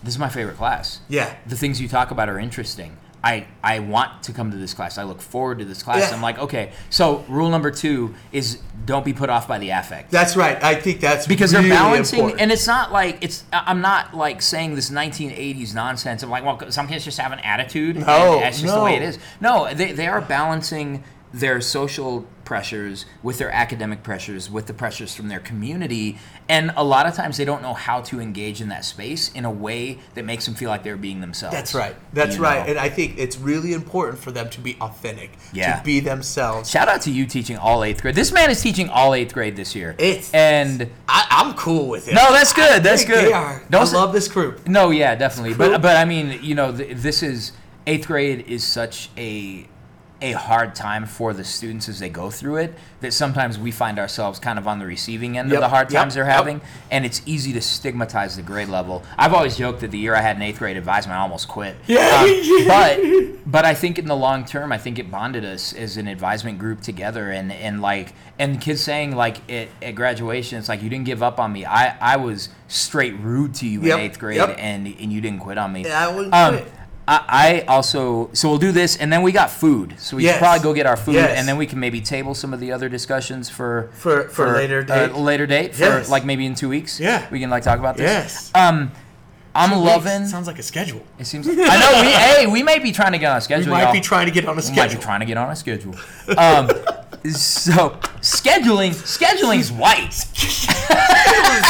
[SPEAKER 2] this is my favorite class
[SPEAKER 3] Yeah.
[SPEAKER 2] the things you talk about are interesting. I, I want to come to this class. I look forward to this class.
[SPEAKER 3] Yeah.
[SPEAKER 2] I'm like, okay. So rule number two is don't be put off by the affect.
[SPEAKER 3] That's right. I think that's
[SPEAKER 2] because
[SPEAKER 3] really
[SPEAKER 2] they're balancing,
[SPEAKER 3] important.
[SPEAKER 2] and it's not like it's. I- I'm not like saying this 1980s nonsense. I'm like, well, some kids just have an attitude.
[SPEAKER 3] No,
[SPEAKER 2] and that's just the way it
[SPEAKER 3] no.
[SPEAKER 2] is. No, they they are balancing their social pressures with their academic pressures, with the pressures from their community, and a lot of times they don't know how to engage in that space in a way that makes them feel like they're being themselves.
[SPEAKER 3] That's right. That's
[SPEAKER 2] you
[SPEAKER 3] right.
[SPEAKER 2] know?
[SPEAKER 3] And I think it's really important for them to be authentic,
[SPEAKER 2] Yeah.
[SPEAKER 3] to be themselves.
[SPEAKER 2] Shout out to you teaching all eighth grade. This man is teaching all eighth grade this year.
[SPEAKER 3] It's-
[SPEAKER 2] and
[SPEAKER 3] I, I'm cool with it.
[SPEAKER 2] no, that's good.
[SPEAKER 3] I
[SPEAKER 2] That's
[SPEAKER 3] think
[SPEAKER 2] good.
[SPEAKER 3] They are.
[SPEAKER 2] Don't
[SPEAKER 3] I
[SPEAKER 2] s-
[SPEAKER 3] love this group.
[SPEAKER 2] No, yeah, definitely.
[SPEAKER 3] cool.
[SPEAKER 2] But but I mean, you know, th- this is eighth grade is such a a hard time for the students as they go through it that sometimes we find ourselves kind of on the receiving end
[SPEAKER 3] Yep,
[SPEAKER 2] of the hard
[SPEAKER 3] yep,
[SPEAKER 2] times they're
[SPEAKER 3] yep.
[SPEAKER 2] having and it's easy to stigmatize the grade level i've always joked that the year i had an eighth grade advisement i almost quit Um,
[SPEAKER 3] Yeah.
[SPEAKER 2] but but i think in the long term i think it bonded us as an advisement group together and and like and kids saying like at, at graduation it's like you didn't give up on me i i was straight rude to you
[SPEAKER 3] Yep,
[SPEAKER 2] in eighth grade
[SPEAKER 3] yep.
[SPEAKER 2] and and you didn't quit on me
[SPEAKER 3] Yeah, I wouldn't
[SPEAKER 2] um,
[SPEAKER 3] quit.
[SPEAKER 2] I, I also so we'll do this and then we got food so we
[SPEAKER 3] Yes.
[SPEAKER 2] should probably go get our food
[SPEAKER 3] Yes.
[SPEAKER 2] and then we can maybe table some of the other discussions for
[SPEAKER 3] For- for later date.
[SPEAKER 2] uh, later date for
[SPEAKER 3] Yes.
[SPEAKER 2] like maybe in two weeks
[SPEAKER 3] Yeah.
[SPEAKER 2] we can like talk about this
[SPEAKER 3] Yes.
[SPEAKER 2] um I'm loving
[SPEAKER 3] Sounds like a schedule.
[SPEAKER 2] it seems I know we hey we may be trying to get on a schedule
[SPEAKER 3] We might
[SPEAKER 2] y'all.
[SPEAKER 3] be trying to get on a
[SPEAKER 2] we might be
[SPEAKER 3] schedule.
[SPEAKER 2] trying to get on a schedule um so scheduling scheduling's white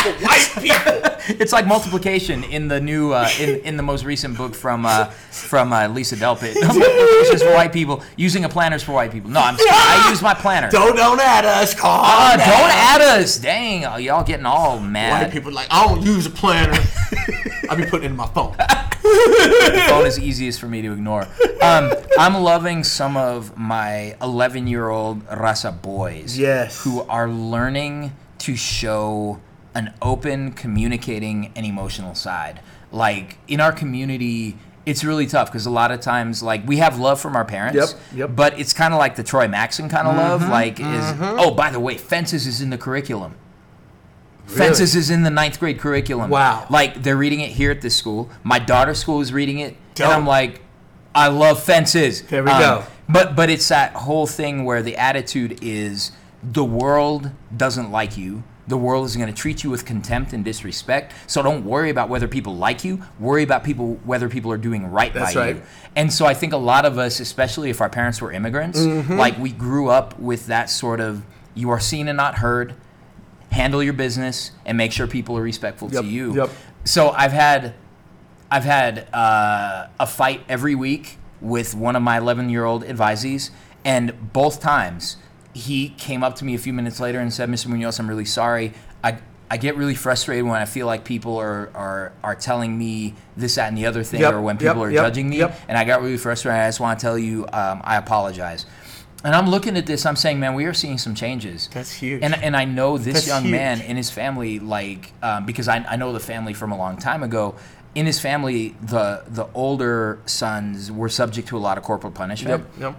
[SPEAKER 3] White people.
[SPEAKER 2] It's like multiplication in the new uh, in, in the most recent book from uh, from uh, Lisa Delpit. Multiplications for white people using a planners for white people. No, I'm just- I use my planner.
[SPEAKER 3] Don't don't at us. Call.
[SPEAKER 2] Uh, don't add us. Dang, oh, y'all getting all mad.
[SPEAKER 3] White people like I don't use a planner. I be putting it in my phone.
[SPEAKER 2] phone is easiest for me to ignore. Um, I'm loving some of my 11 year old Rasa boys.
[SPEAKER 3] Yes.
[SPEAKER 2] Who are learning to show an open, communicating, and emotional side. Like in our community, it's really tough because a lot of times, like, we have love from our parents.
[SPEAKER 3] Yep, yep. Mm-hmm,
[SPEAKER 2] But it's kind of like the Troy Maxon kind of love. Like, is, oh, by the way, fences is in the curriculum. Fences is in the ninth grade curriculum.
[SPEAKER 3] Wow.
[SPEAKER 2] Like they're reading it here at this school. My daughter's school is reading it,
[SPEAKER 3] Dope.
[SPEAKER 2] and I'm like, I love fences. Um,
[SPEAKER 3] There we go.
[SPEAKER 2] But but it's that whole thing where the attitude is the world doesn't like you. The world is going to treat you with contempt and disrespect. So don't worry about whether people like you. Worry about people whether people are doing right
[SPEAKER 3] That's
[SPEAKER 2] by
[SPEAKER 3] right.
[SPEAKER 2] you. And so I think a lot of us, especially if our parents were immigrants,
[SPEAKER 3] Mm-hmm.
[SPEAKER 2] like we grew up with that sort of you are seen and not heard, handle your business, and make sure people are respectful
[SPEAKER 3] Yep,
[SPEAKER 2] to you.
[SPEAKER 3] yep.
[SPEAKER 2] So I've had I've had uh, a fight every week with one of my 11 year old advisees, and both times he came up to me a few minutes later and said, Mr. Munoz, I'm really sorry. I, I get really frustrated when I feel like people are, are, are telling me this, that, and the other thing,
[SPEAKER 3] Yep,
[SPEAKER 2] or when
[SPEAKER 3] yep,
[SPEAKER 2] people are
[SPEAKER 3] yep,
[SPEAKER 2] judging me.
[SPEAKER 3] yep.
[SPEAKER 2] And I got really frustrated. I just want to tell you, um, I apologize. And I'm looking at this, I'm saying, man, we are seeing some changes.
[SPEAKER 3] That's huge.
[SPEAKER 2] And, and I know this
[SPEAKER 3] That's
[SPEAKER 2] young
[SPEAKER 3] huge.
[SPEAKER 2] man and his family like um, because I, I know the family from a long time ago in his family the the older sons were subject to a lot of corporal punishment
[SPEAKER 3] Yep.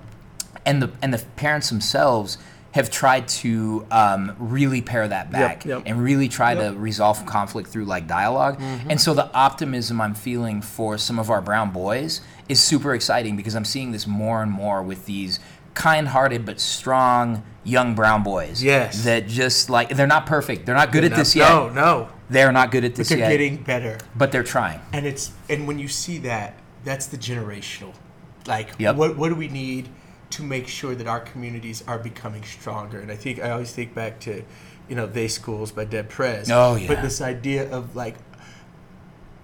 [SPEAKER 2] and the and the parents themselves have tried to um, really pare that back
[SPEAKER 3] yep. Mm-hmm.
[SPEAKER 2] and really try to resolve conflict through like dialog And so the optimism I'm feeling for some of our brown boys is super exciting because I'm seeing this more and more with these kind-hearted but strong young brown boys.
[SPEAKER 3] Yes.
[SPEAKER 2] That just like they're not perfect. They're not good at this yet.
[SPEAKER 3] No, no.
[SPEAKER 2] They're not good at this
[SPEAKER 3] They're
[SPEAKER 2] yet.
[SPEAKER 3] getting better.
[SPEAKER 2] but they're trying.
[SPEAKER 3] and it's and when you see that that's the generational like
[SPEAKER 2] Yep.
[SPEAKER 3] what what do we need to make sure that our communities are becoming stronger and i think i always think back to you know they schools by deb prez
[SPEAKER 2] Oh, yeah.
[SPEAKER 3] but this idea of like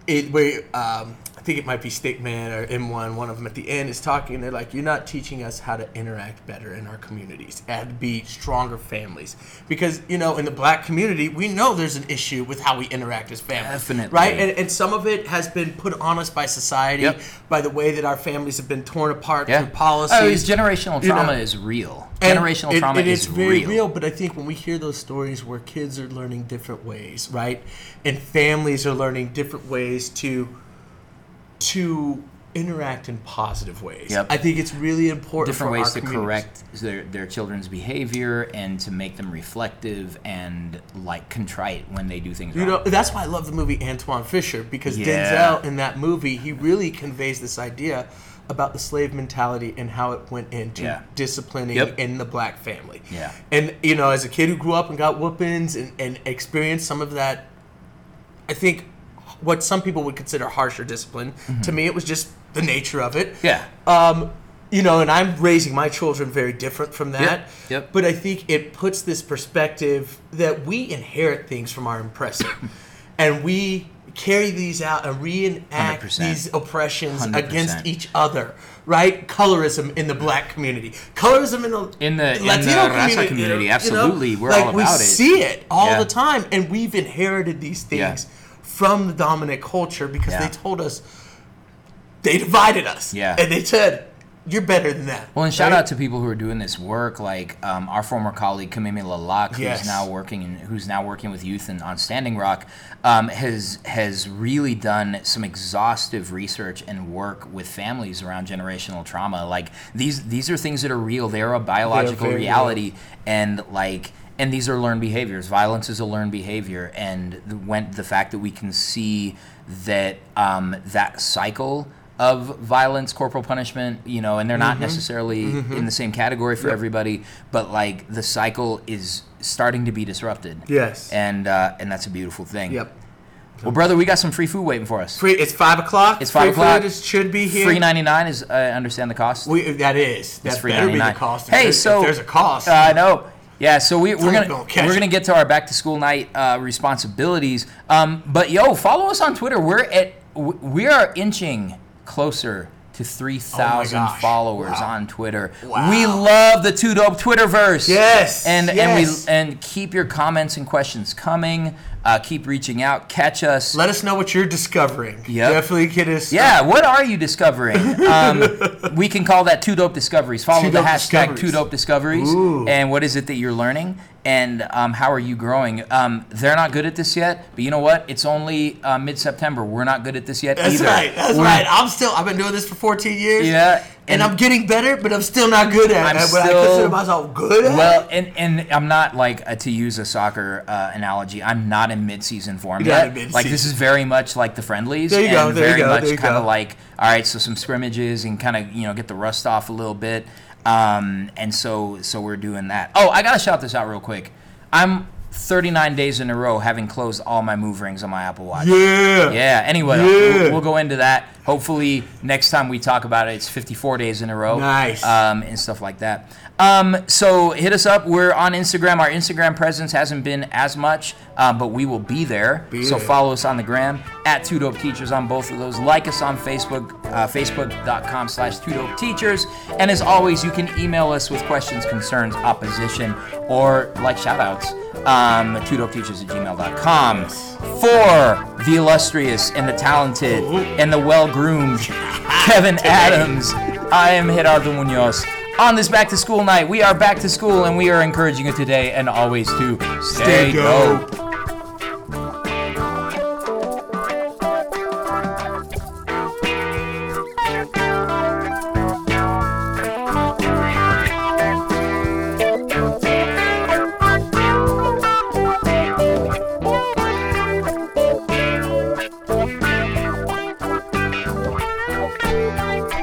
[SPEAKER 3] it where um I think it might be Stickman or M1. One of them at the end is talking. They're like, "You're not teaching us how to interact better in our communities and be stronger families." Because you know, in the Black community, we know there's an issue with how we interact as families,
[SPEAKER 2] Definitely.
[SPEAKER 3] right? And, and some of it has been put on us by society,
[SPEAKER 2] Yep.
[SPEAKER 3] by the way that our families have been torn apart
[SPEAKER 2] Yeah.
[SPEAKER 3] through policies.
[SPEAKER 2] Oh, it's generational
[SPEAKER 3] you know.
[SPEAKER 2] trauma is real.
[SPEAKER 3] And
[SPEAKER 2] generational
[SPEAKER 3] it-
[SPEAKER 2] trauma
[SPEAKER 3] it
[SPEAKER 2] is
[SPEAKER 3] is very real. But I think when we hear those stories where kids are learning different ways, right, and families are learning different ways to to interact in positive ways,
[SPEAKER 2] Yep.
[SPEAKER 3] I think it's really important.
[SPEAKER 2] different
[SPEAKER 3] for
[SPEAKER 2] ways
[SPEAKER 3] our
[SPEAKER 2] to
[SPEAKER 3] communities.
[SPEAKER 2] correct their, their children's behavior and to make them reflective and like contrite when they do things
[SPEAKER 3] You
[SPEAKER 2] wrong.
[SPEAKER 3] know, that's why I love the movie Antoine Fisher because
[SPEAKER 2] Yeah.
[SPEAKER 3] Denzel in that movie, he really conveys this idea about the slave mentality and how it went into
[SPEAKER 2] Yeah.
[SPEAKER 3] disciplining
[SPEAKER 2] Yep.
[SPEAKER 3] in the black family.
[SPEAKER 2] Yeah.
[SPEAKER 3] And you know, as a kid who grew up and got whoopings and, and experienced some of that I think what some people would consider harsher discipline, to me it was just the nature of it
[SPEAKER 2] Mm-hmm. yeah.
[SPEAKER 3] um, you know, and I'm raising my children very different from that.
[SPEAKER 2] yep.
[SPEAKER 3] But I think it puts this perspective that we inherit things from our oppressor, and we carry these out and reenact
[SPEAKER 2] 100%.
[SPEAKER 3] these oppressions
[SPEAKER 2] 100%.
[SPEAKER 3] against each other. Right? Colorism in the black community, colorism in the
[SPEAKER 2] In the- in
[SPEAKER 3] Latino
[SPEAKER 2] the Raza
[SPEAKER 3] community,
[SPEAKER 2] community,
[SPEAKER 3] you know,
[SPEAKER 2] absolutely, we're
[SPEAKER 3] like
[SPEAKER 2] all
[SPEAKER 3] we
[SPEAKER 2] about it.
[SPEAKER 3] see it all
[SPEAKER 2] Yeah.
[SPEAKER 3] the time, and we've inherited these
[SPEAKER 2] Yeah.
[SPEAKER 3] things from the dominant culture because
[SPEAKER 2] Yeah.
[SPEAKER 3] they told us they divided us.
[SPEAKER 2] Yeah.
[SPEAKER 3] And they said, you're better than that.
[SPEAKER 2] Well, and shout
[SPEAKER 3] right?
[SPEAKER 2] out to people who are doing this work, like um, our former colleague Kamimi Lalak, who's
[SPEAKER 3] Yes.
[SPEAKER 2] now working in, who's now working with youth and on Standing Rock, um, has has really done some exhaustive research and work with families around generational trauma. Like these these are things that are real. They are a biological
[SPEAKER 3] very real.
[SPEAKER 2] reality, and like. And these are learned behaviors. Violence is a learned behavior, and the, when the fact that we can see that um, that cycle of violence, corporal punishment, you know, and they're not
[SPEAKER 3] Mm-hmm.
[SPEAKER 2] necessarily in the same category for everybody, but like the cycle is starting to be disrupted.
[SPEAKER 3] Yes.
[SPEAKER 2] And uh, and that's a beautiful thing.
[SPEAKER 3] Yep.
[SPEAKER 2] Well, brother, we got some free food waiting for us.
[SPEAKER 3] Free, it's five o'clock.
[SPEAKER 2] It's five o'clock.
[SPEAKER 3] It should be here.
[SPEAKER 2] Free ninety nine is I understand the cost.
[SPEAKER 3] We, that is. That
[SPEAKER 2] free
[SPEAKER 3] better be the
[SPEAKER 2] 99.
[SPEAKER 3] cost. If
[SPEAKER 2] Hey,
[SPEAKER 3] there's- if
[SPEAKER 2] so
[SPEAKER 3] there's a cost.
[SPEAKER 2] Uh, I know. Yeah, so we, we're gonna,
[SPEAKER 3] gonna catch
[SPEAKER 2] we're gonna get to our back to school night uh, responsibilities. Um, but yo, follow us on Twitter. We're at w- we are inching closer to three thousand
[SPEAKER 3] Oh gosh.
[SPEAKER 2] followers
[SPEAKER 3] Wow.
[SPEAKER 2] on Twitter.
[SPEAKER 3] Wow.
[SPEAKER 2] We love the two dope Twitterverse.
[SPEAKER 3] Yes,
[SPEAKER 2] and
[SPEAKER 3] yes.
[SPEAKER 2] and we and keep your comments and questions coming. Uh, keep reaching out. Catch us.
[SPEAKER 3] Let us know what you're discovering.
[SPEAKER 2] Yep.
[SPEAKER 3] Definitely get us.
[SPEAKER 2] Yeah, what are you discovering? Um, we can call that two dope discoveries. Follow
[SPEAKER 3] Two
[SPEAKER 2] the
[SPEAKER 3] dope
[SPEAKER 2] hashtag
[SPEAKER 3] discoveries.
[SPEAKER 2] two dope discoveries.
[SPEAKER 3] Ooh.
[SPEAKER 2] And what is it that you're learning? And um, how are you growing? Um, they're not good at this yet, but you know what? It's only uh, mid September. We're not good at this yet
[SPEAKER 3] That's
[SPEAKER 2] either.
[SPEAKER 3] right. That's
[SPEAKER 2] We're-
[SPEAKER 3] right. I'm still. I've been doing this for 14 years.
[SPEAKER 2] Yeah,
[SPEAKER 3] And,
[SPEAKER 2] and-
[SPEAKER 3] I'm getting better, but I'm still not good at
[SPEAKER 2] I'm
[SPEAKER 3] it. But I
[SPEAKER 2] still-
[SPEAKER 3] consider myself good at it.
[SPEAKER 2] Well, and, and I'm not like uh to use a soccer uh, analogy. I'm not in midseason form
[SPEAKER 3] You're not
[SPEAKER 2] yet.
[SPEAKER 3] in
[SPEAKER 2] Like this
[SPEAKER 3] midseason.
[SPEAKER 2] is very much like the friendlies.
[SPEAKER 3] There you
[SPEAKER 2] and
[SPEAKER 3] go, there you
[SPEAKER 2] very
[SPEAKER 3] go,
[SPEAKER 2] much
[SPEAKER 3] there you
[SPEAKER 2] kind
[SPEAKER 3] go.
[SPEAKER 2] of like all right, so some scrimmages and kind of you know get the rust off a little bit. Um, and so so we're doing that. Oh, I gotta shout this out real quick. I'm 39 days in a row having closed all my move rings on my Apple Watch.
[SPEAKER 3] Yeah.
[SPEAKER 2] Yeah. Anyway,
[SPEAKER 3] Yeah.
[SPEAKER 2] we'll, we'll go into that. Hopefully, next time we talk about it, it's 54 days in a row.
[SPEAKER 3] Nice.
[SPEAKER 2] Um, and stuff like that. Um, so hit us up. We're on Instagram. Our Instagram presence hasn't been as much, uh, but we will be there.
[SPEAKER 3] Be
[SPEAKER 2] so
[SPEAKER 3] there.
[SPEAKER 2] follow us on the gram at Two Dope Teachers on both of those. Like us on Facebook, uh, facebook.com slash Two Dope Teachers. And as always, you can email us with questions, concerns, opposition, or like shout outs. Um, two dope teachers at gmail.com
[SPEAKER 3] Yes.
[SPEAKER 2] for the illustrious and the talented and the well groomed Kevin Adams. I am Gerardo Munoz. On this back to school night, we are back to school and we are encouraging you today and always to stay,
[SPEAKER 3] Stay
[SPEAKER 2] dope.
[SPEAKER 3] dope.
[SPEAKER 4] Thank you.